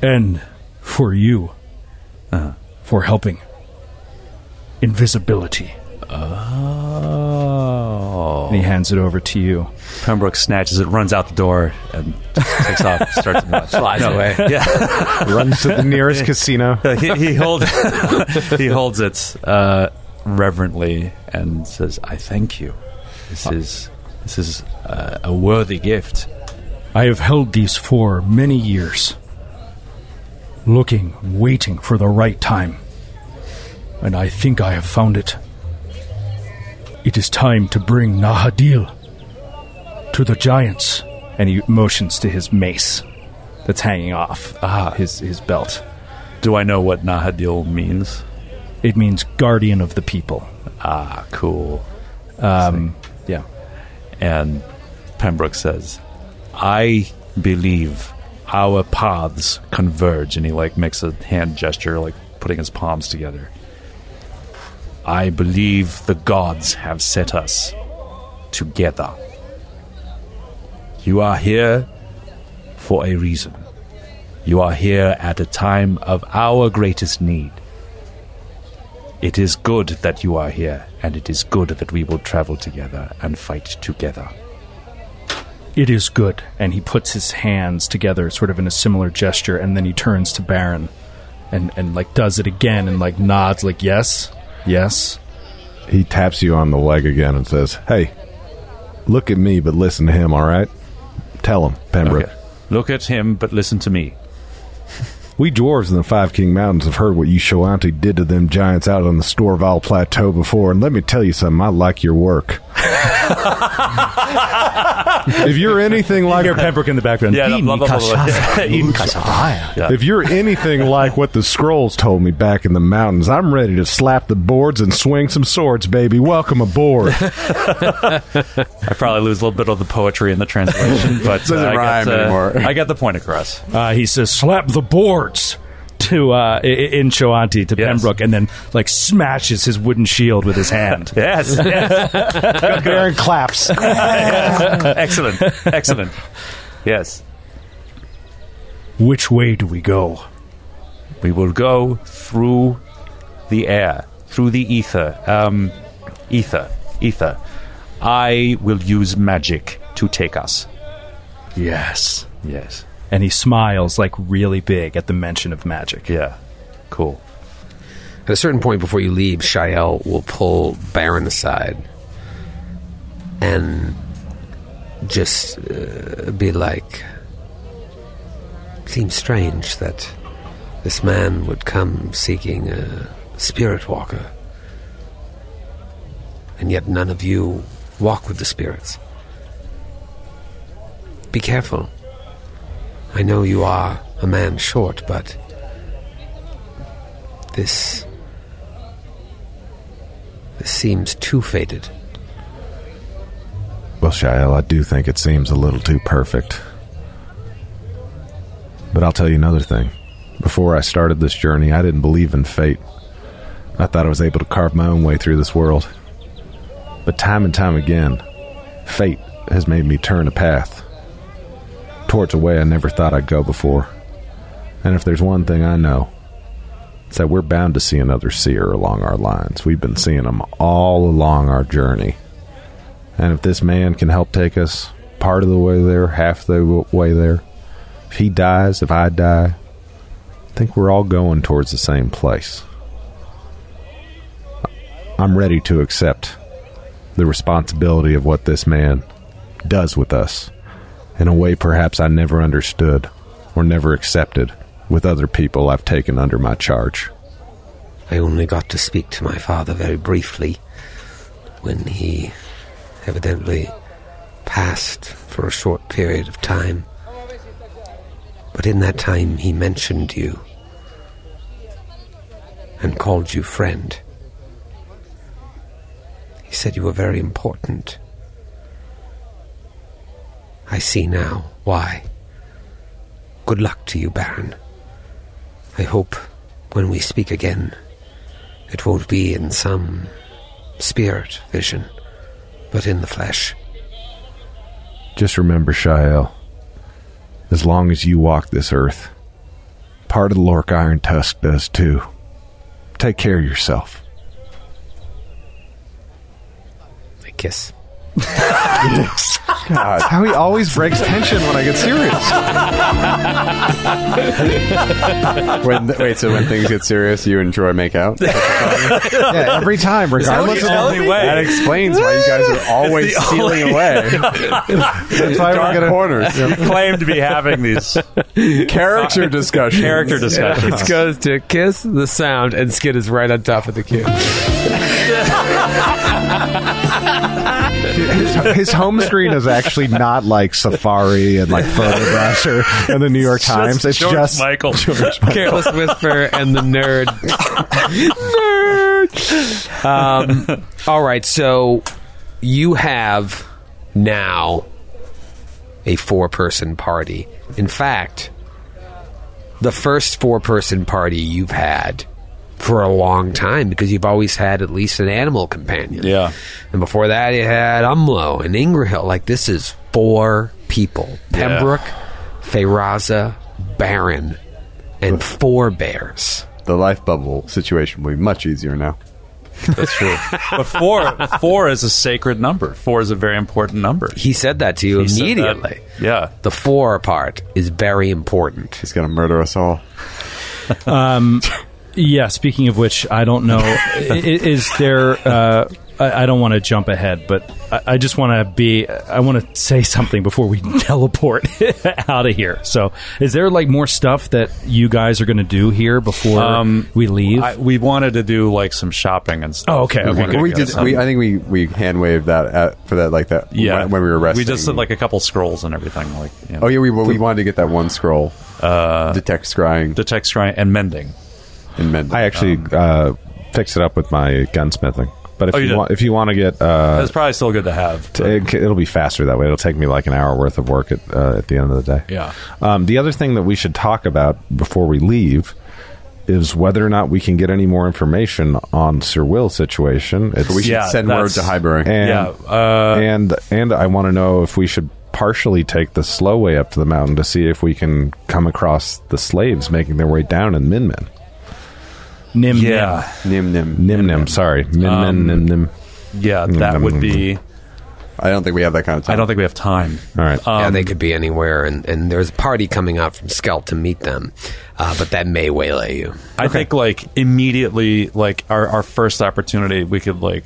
Speaker 5: and for you, for helping, invisibility. Oh. And he hands it over to you.
Speaker 7: Pembroke snatches it, runs out the door, and takes off, starts to run.
Speaker 6: Flies away.
Speaker 2: Runs to the nearest casino.
Speaker 7: he, he, hold, he holds it uh, reverently and says, "I thank you.
Speaker 6: Ah.
Speaker 7: This is this is uh, a worthy gift."
Speaker 5: I have held these for many years, looking, waiting for the right time. And I think I have found it. It is time to bring Nahadil to the giants. And he motions to his mace that's hanging off
Speaker 6: Ah.
Speaker 5: his, his belt.
Speaker 7: Do I know what Nahadil means?
Speaker 5: It means guardian of the people.
Speaker 7: Ah, cool. Um,
Speaker 5: Yeah.
Speaker 7: And Pembroke says, "I believe our paths converge." And he like makes a hand gesture, like putting his palms together. I believe the gods have set us together. You are here for a reason. You are here at a time of our greatest need. It is good that you are here, and it is good that we will travel together and fight together.
Speaker 5: It is good. And he puts his hands together, sort of in a similar gesture, and then he turns to Baron and, and like does it again and like nods, like, yes, yes.
Speaker 2: He taps you on the leg again and says, "Hey, look at me, but listen to him. All right? Tell him, Pembroke.
Speaker 7: Look at him, but listen to me.
Speaker 2: We dwarves in the Five King Mountains have heard what you Shoanti did to them giants out on the Storval Plateau before, and let me tell you something. I like your work." if you're anything like
Speaker 5: Pembroke in the background.
Speaker 7: Yeah, blah, blah, blah, blah, blah.
Speaker 2: If you're anything like what the scrolls told me back in the mountains, I'm ready to slap the boards and swing some swords, baby. Welcome aboard.
Speaker 7: I probably lose a little bit of the poetry in the translation, but uh,
Speaker 3: Doesn't
Speaker 7: I,
Speaker 3: rhyme
Speaker 7: got, uh,
Speaker 3: anymore.
Speaker 7: I got the point across.
Speaker 5: Uh, he says, slap the boards to uh, i- i- in Shoanti to
Speaker 7: Yes.
Speaker 5: Pembroke and then like smashes his wooden shield with his hand.
Speaker 7: Yes, yes.
Speaker 2: Baron claps.
Speaker 7: excellent, excellent. Yes,
Speaker 5: Which way do we go?
Speaker 7: we will go through the air, through the ether, um, ether, ether. I will use magic to take us.
Speaker 5: Yes.
Speaker 7: Yes.
Speaker 5: And he smiles like really big at the mention of magic.
Speaker 7: Yeah. Cool.
Speaker 6: At a certain point before you leave, Shael will pull Baron aside and just uh, be like, "Seems strange that this man would come seeking a spirit walker, and yet none of you walk with the spirits. Be careful. I know you are a man short, but." This. This seems too fated.
Speaker 2: Well, Shael, I do think it seems a little too perfect. But I'll tell you another thing. Before I started this journey, I didn't believe in fate. I thought I was able to carve my own way through this world. But time and time again, fate has made me turn a path towards a way I never thought I'd go before. And if there's one thing I know, it's that we're bound to see another seer along our lines. We've been seeing them all along our journey. And if this man can help take us part of the way there, half the w- way there, if he dies, if I die, I think we're all going towards the same place. I'm ready to accept the responsibility of what this man does with us in a way perhaps I never understood or never accepted with other people I've taken under my charge.
Speaker 6: I only got to speak to my father very briefly when he evidently passed for a short period of time. But in that time, he mentioned you and called you friend. He said you were very important. I see now why. Good luck to you, Baron. I hope when we speak again, it won't be in some spirit vision, but in the flesh.
Speaker 2: Just remember, Shael, as long as you walk this earth, part of the Lork Iron Tusk does too. Take care of yourself.
Speaker 6: A kiss.
Speaker 2: How he always breaks tension when I get serious.
Speaker 3: When, wait, so when things get serious, you and Troy make out?
Speaker 2: Yeah, every time, regardless of
Speaker 7: only way.
Speaker 3: That explains why you guys are always stealing away.
Speaker 2: That's why we're
Speaker 3: Dark
Speaker 2: gonna-
Speaker 3: corners.
Speaker 7: claim to be having these
Speaker 3: Character discussion.
Speaker 7: character discussions.
Speaker 6: It goes to kiss the sound, and Skid is right on top of the cue.
Speaker 2: his, his home screen is actually not like Safari and like Photographs or and the New York Times. It's
Speaker 7: George
Speaker 2: just
Speaker 7: Michael.
Speaker 6: Careless Whisper and the Nerd. nerd. Um, all right, so you have now a four person party. In fact, the first four person party you've had for a long time because you've always had at least an animal companion.
Speaker 7: Yeah.
Speaker 6: And before that, you had Umlo and Ingerhill. Like, this is four people Pembroke, Feyraza, Baron, and four bears.
Speaker 3: The life bubble situation will be much easier now.
Speaker 7: That's true. But four, four is a sacred number. Four is a very important number.
Speaker 6: He said that to you
Speaker 7: He said that.
Speaker 6: immediately.
Speaker 7: Yeah.
Speaker 6: The four part is very important.
Speaker 3: He's going to murder us all.
Speaker 5: Yeah. Speaking of which, I don't know. i- i- is there? Uh, I, I don't want to jump ahead, but I, I just want to be. I want to say something before we teleport out of here. So, is there like more stuff that you guys are going to do here before
Speaker 7: Um,
Speaker 5: we leave?
Speaker 7: I, we wanted to do like some shopping and stuff.
Speaker 5: Oh, okay, okay,
Speaker 7: wanted
Speaker 5: good.
Speaker 7: to
Speaker 3: we
Speaker 7: get
Speaker 3: did.
Speaker 7: some-
Speaker 3: We, I think we, we hand waved that at, for that like that.
Speaker 7: yeah.
Speaker 3: When, when we were resting.
Speaker 7: we just did like a couple scrolls and everything. Like, you know,
Speaker 3: Oh yeah, we we wanted to get that one scroll. Uh, detect scrying
Speaker 7: detect scrying and mending.
Speaker 3: and mend.
Speaker 2: I actually uh, fix it up with my gunsmithing. But if
Speaker 7: Oh, you
Speaker 2: you,
Speaker 7: did?
Speaker 2: want, if you want to get, uh,
Speaker 7: That's probably still good to have.
Speaker 2: t- it, c- it'll be faster that way. It'll take me like an hour worth of work at uh, at the end of the day.
Speaker 7: Yeah.
Speaker 2: Um, the other thing that we should talk about before we leave is whether or not we can get any more information on Sir Will's situation. It's,
Speaker 3: we should
Speaker 7: yeah,
Speaker 3: send word
Speaker 7: that's-
Speaker 3: to Highbury.
Speaker 2: and,
Speaker 7: yeah. Uh,
Speaker 2: and and I want to know if we should partially take the slow way up to the mountain to see if we can come across the slaves making their way down in Minmin.
Speaker 5: Nim.
Speaker 7: yeah.
Speaker 3: nim nim. Um,
Speaker 2: Nim Nim, sorry. Minmin Nim Nim.
Speaker 7: Yeah. That would be.
Speaker 3: I don't think we have that kind of time.
Speaker 7: I don't think we have time.
Speaker 2: All right.
Speaker 7: Um,
Speaker 6: yeah, they could be anywhere, and, and there's a party coming out from Skelt to meet them, uh, but that may waylay you.
Speaker 7: I think like immediately, like our, our first opportunity, we could like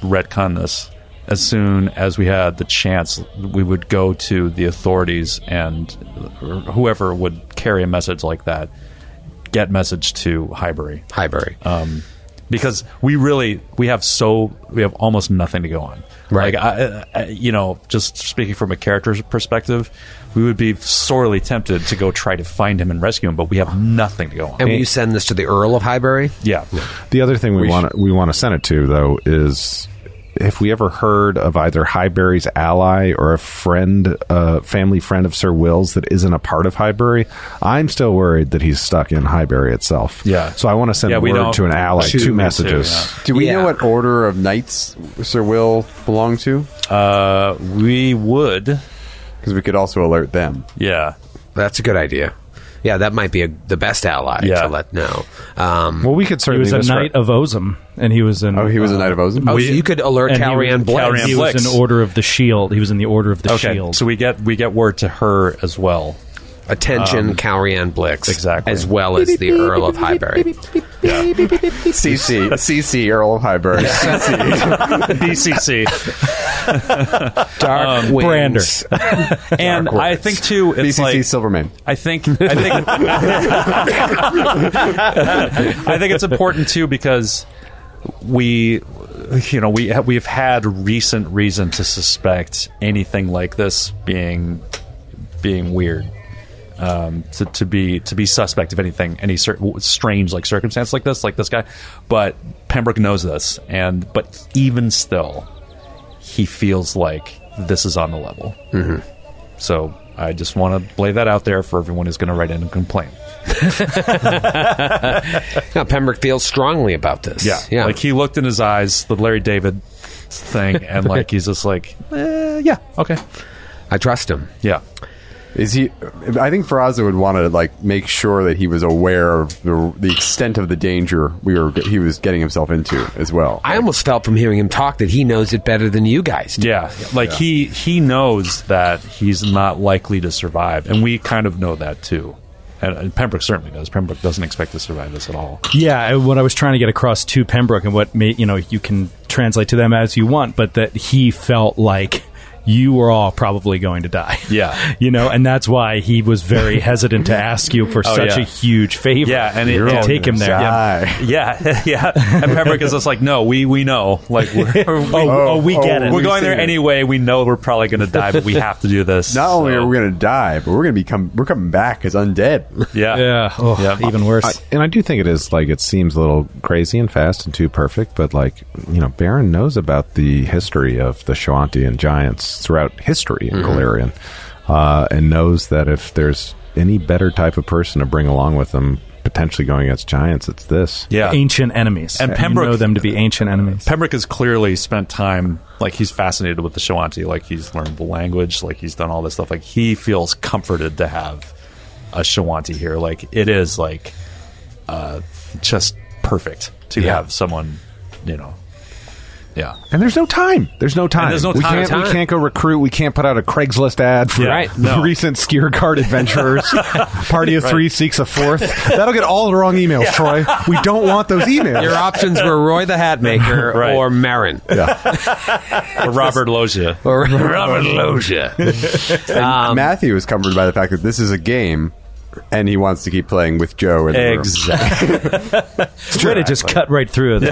Speaker 7: retcon this as soon as we had the chance. We would go to the authorities and whoever would carry a message like that, get message to Highbury
Speaker 6: Highbury.
Speaker 7: because we really we have so we have almost nothing to go on.
Speaker 6: Right.
Speaker 7: Like I, I, you know, just speaking from a character's perspective, we would be sorely tempted to go try to find him and rescue him, but we have nothing to go on.
Speaker 6: And will you send this to the Earl of Highbury?
Speaker 7: yeah.
Speaker 2: The other thing we want to we want to send it to though is if we ever heard of either Highbury's ally or a friend, uh, family friend of Sir Will's that isn't a part of Highbury, I'm still worried that he's stuck in Highbury itself.
Speaker 7: Yeah.
Speaker 2: So I want to send
Speaker 7: Yeah, we
Speaker 2: word
Speaker 7: don't-
Speaker 2: to an ally,
Speaker 7: Shoot,
Speaker 2: two
Speaker 7: me
Speaker 2: messages.
Speaker 7: too,
Speaker 3: Do we
Speaker 6: Yeah.
Speaker 3: know what order of knights Sir Will belonged to?
Speaker 7: Uh, we would.
Speaker 3: Because we could also alert them.
Speaker 7: Yeah.
Speaker 6: That's a good idea. Yeah, that might be a, the best ally
Speaker 7: Yeah.
Speaker 6: to let know. Um,
Speaker 2: Well, we could
Speaker 5: He
Speaker 2: certainly.
Speaker 5: was a
Speaker 2: misre-
Speaker 5: knight of Ozum, and he was in.
Speaker 3: Oh, he was a knight of Ozen.
Speaker 6: oh, so you could alert
Speaker 5: and he
Speaker 6: Calrian
Speaker 5: was-
Speaker 6: Blake.
Speaker 7: Calrian
Speaker 5: He was
Speaker 7: Blix.
Speaker 5: in Order of the Shield. He was in the Order of the
Speaker 7: Okay.
Speaker 5: Shield.
Speaker 7: So we get we get word to her as well.
Speaker 6: Attention, Calrian Blix.
Speaker 7: Um, exactly.
Speaker 6: As well as the Earl of Highbury.
Speaker 3: CC, CC, Earl of Highbury.
Speaker 7: BCC.
Speaker 6: Dark wings.
Speaker 5: Brander.
Speaker 7: and I
Speaker 6: words.
Speaker 7: think too, it's
Speaker 3: BCC
Speaker 7: like
Speaker 3: Silverman.
Speaker 7: I think I think I think it's important too because we you know we ha- we've had recent reason to suspect anything like this being being weird um, to, to be to be suspect of anything any cer- strange like circumstance like this like this guy but Pembroke knows this and but even still he feels like this is on the level so I just want to lay that out there for everyone who's going to write in and complain.
Speaker 6: Yeah, Pembroke feels strongly about this.
Speaker 7: yeah. Like he looked in his eyes, the Larry David thing, and like he's just like, eh, yeah, okay,
Speaker 6: I trust him.
Speaker 7: yeah,
Speaker 3: Is he? I think Ferrazza would want to like make sure that he was aware of the, the extent of the danger we were he was getting himself into as well.
Speaker 6: I almost felt from hearing him talk that he knows it better than you guys do.
Speaker 7: yeah. Like he he knows that he's not likely to survive, and we kind of know that too. And, and Pembroke certainly knows. Pembroke doesn't expect to survive this at all.
Speaker 5: Yeah, I- what I was trying to get across to Pembroke and what made you know you can translate to them as you want, but that he felt like you were all probably going to die.
Speaker 7: Yeah.
Speaker 5: you know, and that's why he was very hesitant to ask you for such
Speaker 7: Oh, yeah.
Speaker 5: a huge favor.
Speaker 7: Yeah, and it-
Speaker 5: to
Speaker 7: yeah.
Speaker 5: take him there.
Speaker 3: Die.
Speaker 7: Yeah, yeah. And Pembroke is just like, no, we we know, like we're,
Speaker 5: Oh,
Speaker 7: we,
Speaker 5: oh, we get
Speaker 3: oh,
Speaker 5: it.
Speaker 7: we're
Speaker 3: we've
Speaker 7: going there
Speaker 3: seen it.
Speaker 7: anyway. We know we're probably going to die, but we have to do this.
Speaker 3: Not only
Speaker 7: So,
Speaker 3: are we going to die, but we're going to become we're coming back as undead.
Speaker 7: yeah,
Speaker 5: yeah, oh,
Speaker 7: Yeah.
Speaker 5: even worse.
Speaker 2: I, and I do think it is like it seems a little crazy and fast and too perfect, but like you know, Baron knows about the history of the Shawantian giants throughout history in
Speaker 7: Mm-hmm.
Speaker 2: Galarian, uh, and knows that if there's any better type of person to bring along with them, potentially going against giants, it's this.
Speaker 7: yeah.
Speaker 5: Ancient enemies,
Speaker 7: And
Speaker 5: You
Speaker 7: Pembroke-
Speaker 5: know them to be ancient enemies.
Speaker 7: Pembroke has clearly spent time like he's fascinated with the Shawanti, like he's learned the language, like he's done all this stuff. Like he feels comforted to have a Shawanti here. Like it is like uh just perfect to have someone, you know. Yeah.
Speaker 2: And there's no time. There's no time.
Speaker 7: there's no
Speaker 2: we
Speaker 7: time.
Speaker 2: Can't, We
Speaker 6: Time.
Speaker 2: can't go recruit. We can't put out a Craigslist ad for
Speaker 7: Yeah. Right. No.
Speaker 2: recent skier guard adventurers. Party of three seeks a fourth. That'll get all the wrong emails, Troy. We don't want those emails.
Speaker 6: Your options were Roy the Hatmaker
Speaker 7: Right.
Speaker 6: or Marin.
Speaker 7: Or Robert Loggia.
Speaker 6: Or Robert Loggia.
Speaker 7: Um,
Speaker 3: Matthew is comforted by the fact that this is a game, and he wants to keep playing with Joe. In the room.
Speaker 7: Exactly.
Speaker 5: Way to just cut right through it.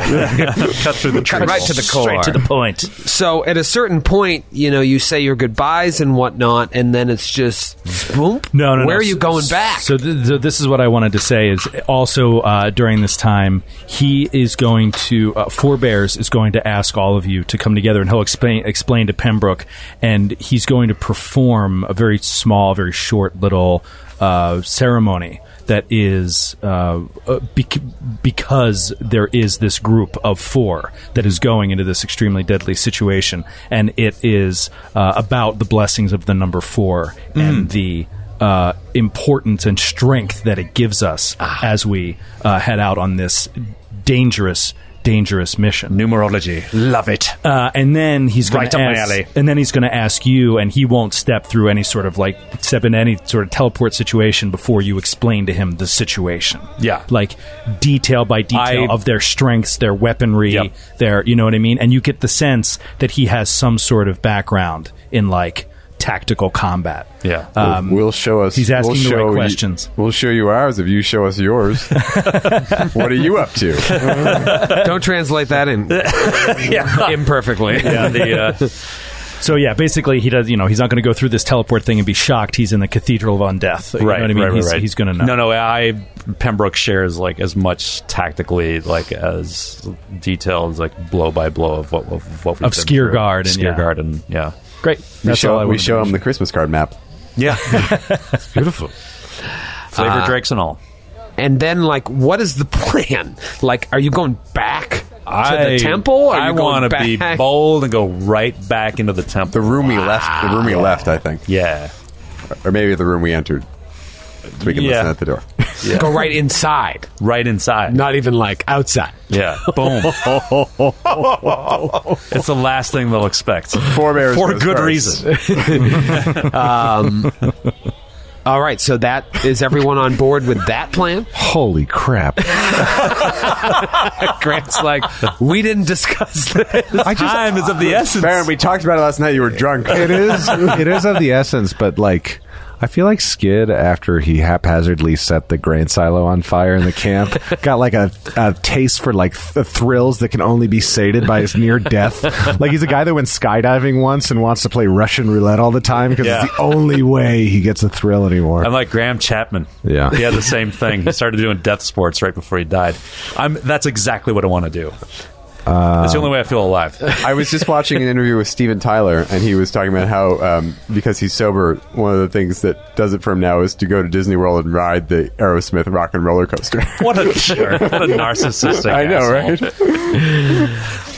Speaker 7: Cut through the
Speaker 6: Cut right to the core.
Speaker 5: Straight to the point.
Speaker 6: so at a certain point, you know, you say your goodbyes and whatnot, and then it's just boom.
Speaker 5: No, no.
Speaker 6: Where
Speaker 5: no.
Speaker 6: are you
Speaker 5: So-
Speaker 6: going back?
Speaker 5: So th- th- this is what I wanted to say is also uh, during this time he is going to uh, Forebears is going to ask all of you to come together and he'll explain explain to Pembroke and he's going to perform a very small, very short little uh, ceremony that is uh, uh, bec- because there is this group of four that is going into this extremely deadly situation, and it is uh, about the blessings of the number four
Speaker 6: Mm.
Speaker 5: and the uh, importance and strength that it gives us
Speaker 7: Ah.
Speaker 5: as we uh, head out on this dangerous, dangerous mission
Speaker 7: Numerology. Love it.
Speaker 5: uh, and then he's going
Speaker 7: Right
Speaker 5: to
Speaker 7: up my
Speaker 5: ask,
Speaker 7: alley.
Speaker 5: and then he's going to ask you, and he won't step through any sort of like step into any sort of teleport situation before you explain to him the situation.
Speaker 7: Yeah.
Speaker 5: like detail by detail
Speaker 7: I-
Speaker 5: of their strengths, their weaponry,
Speaker 7: Yep.
Speaker 5: their you know what I mean, and you get the sense that he has some sort of background in like tactical combat.
Speaker 7: Yeah.
Speaker 5: Um,
Speaker 3: we'll show us.
Speaker 5: he's asking
Speaker 3: we'll
Speaker 5: the right
Speaker 3: show you-
Speaker 5: questions.
Speaker 3: we'll show you ours if you show us yours. what are you up to?
Speaker 6: Don't translate that in imperfectly.
Speaker 7: yeah, the, uh,
Speaker 5: So yeah, basically he does. You know, he's not going to go through this teleport thing and be shocked. He's in the Cathedral of Undeath. You know
Speaker 7: right,
Speaker 5: what I mean?
Speaker 7: right, right,
Speaker 5: he's
Speaker 7: right.
Speaker 5: he's going to know.
Speaker 7: No, no. I Pembroke shares like as much tactically, like as detailed, as, like blow by blow of what of what we've
Speaker 5: Of
Speaker 7: been
Speaker 5: Skier
Speaker 7: through.
Speaker 5: Guard and-
Speaker 7: Skier
Speaker 5: yeah.
Speaker 7: guard, and yeah,
Speaker 5: Great.
Speaker 3: we
Speaker 5: That's
Speaker 3: show,
Speaker 5: all I
Speaker 3: we
Speaker 5: wanted
Speaker 3: show
Speaker 5: to
Speaker 3: him the Christmas card map.
Speaker 7: yeah, beautiful. Uh, Flavor Drakes and all.
Speaker 6: And then, like, what is the plan? Like, are you going back to
Speaker 7: I-
Speaker 6: the temple? Are
Speaker 7: I
Speaker 6: you going
Speaker 7: want to be
Speaker 6: back-
Speaker 7: bold and go right back into the temple.
Speaker 3: The room we left. The room we left. I think,
Speaker 7: yeah,
Speaker 3: or maybe the room we entered. So we can
Speaker 7: Yeah.
Speaker 3: listen at the door.
Speaker 6: Go right inside,
Speaker 7: right inside.
Speaker 6: not even like outside.
Speaker 7: Yeah, boom. it's the last thing they'll expect
Speaker 3: Four bears
Speaker 7: for
Speaker 3: those
Speaker 7: good
Speaker 3: cards.
Speaker 7: reason.
Speaker 6: All right, so that is everyone on board with that plan?
Speaker 2: Holy crap!
Speaker 6: Grant's like, we didn't discuss this.
Speaker 7: I just, Time is of the essence.
Speaker 3: Baron, we talked about it last night. You were drunk.
Speaker 2: it is it is of the essence, but like I feel like Skid after he haphazardly set the grain silo on fire in the camp got like a, a taste for like th- thrills that can only be sated by his near death. Like he's a guy that went skydiving once and wants to play Russian roulette all the time because
Speaker 7: Yeah.
Speaker 2: it's the only way he gets a thrill anymore.
Speaker 7: I'm like Graham Chapman.
Speaker 2: Yeah.
Speaker 7: he had the same thing. He started doing death sports right before he died. I'm. That's exactly what I want to do. That's the only way I feel alive.
Speaker 3: I was just watching an interview with Steven Tyler, and he was talking about how um, because he's sober, one of the things that does it for him now is to go to Disney World and ride the Aerosmith rock and roller coaster.
Speaker 7: What a jerk! What a narcissistic.
Speaker 3: I know,
Speaker 7: asshole.
Speaker 3: right?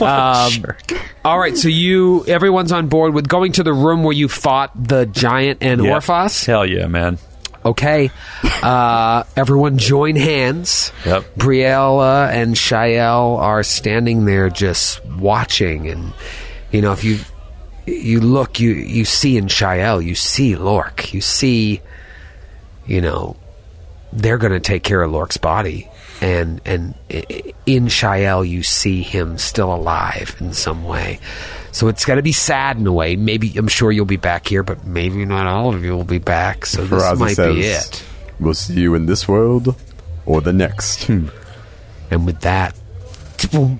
Speaker 6: All right, so you, everyone's on board with going to the room where you fought the giant and
Speaker 7: Yeah.
Speaker 6: Orphos.
Speaker 7: Hell yeah, man.
Speaker 6: Okay. Uh, everyone join hands.
Speaker 7: Yep.
Speaker 6: Briella and Shael are standing there just watching and you know if you you look you you see in Shael, you see Lork. You see you know they're going to take care of Lork's body and and i- i- in Shael you see him still alive in some way. So it's going to be sad in a way. Maybe I'm sure you'll be back here, but maybe not all of you will be back. So this
Speaker 3: Peraza
Speaker 6: might
Speaker 3: says,
Speaker 6: be it.
Speaker 3: We'll see you in this world or the next.
Speaker 6: And with that, boom,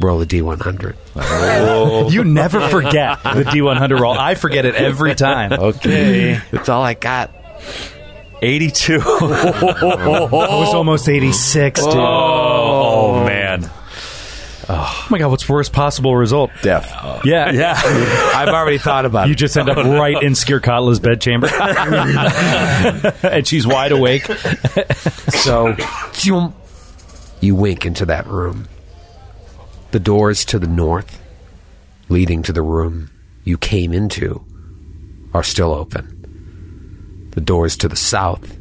Speaker 6: roll a d100.
Speaker 5: You never forget the D100 roll. I forget it every time.
Speaker 7: Okay,
Speaker 6: That's all I got.
Speaker 7: eighty-two.
Speaker 5: I was almost 86, dude.
Speaker 7: Oh man.
Speaker 5: Oh my god, what's worst possible result?
Speaker 3: Death.
Speaker 5: Yeah.
Speaker 7: Yeah.
Speaker 6: I've already thought about
Speaker 5: You just end up right in Skirkatla's bedchamber. and she's wide awake.
Speaker 6: it. So, zoom. you wink into that room. The doors to the north, leading to the room you came into, are still open. The doors to the south,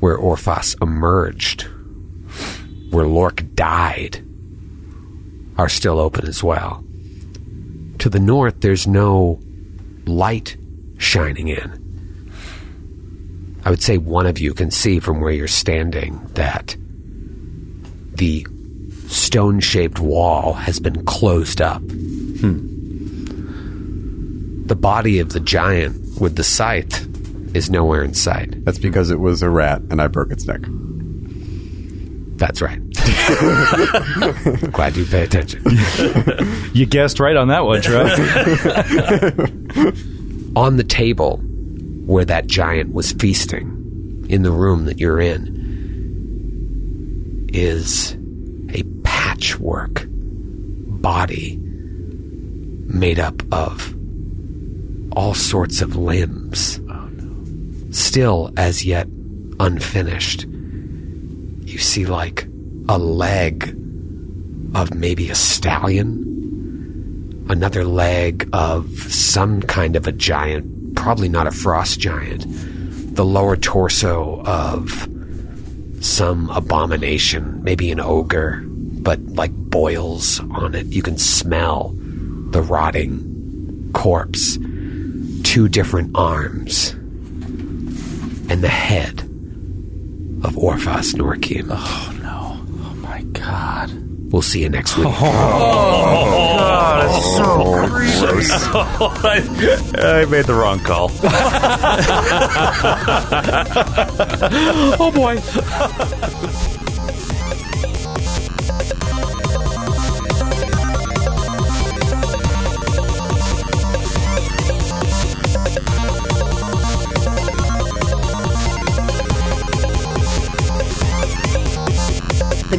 Speaker 6: where Orphos emerged, where Lork died, are still open as well. To the north, there's no light shining in. I would say one of you can see from where you're standing that the stone shaped wall has been closed up. Hmm. The body of the giant with the scythe is nowhere in sight.
Speaker 3: That's because it was a rat and I broke its neck.
Speaker 6: That's right. Glad you pay attention.
Speaker 5: You guessed right on that one, Troy.
Speaker 6: on the table where that giant was feasting in the room that you're in is a patchwork body made up of all sorts of limbs still as yet unfinished you see like a leg of maybe a stallion another leg of some kind of a giant, probably not a frost giant, the lower torso of some abomination, maybe an ogre, but like boils on it. You can smell the rotting corpse, two different arms, and the head of Orphos Norkim.
Speaker 7: My God.
Speaker 6: We'll see you next week.
Speaker 7: I made the wrong call.
Speaker 11: The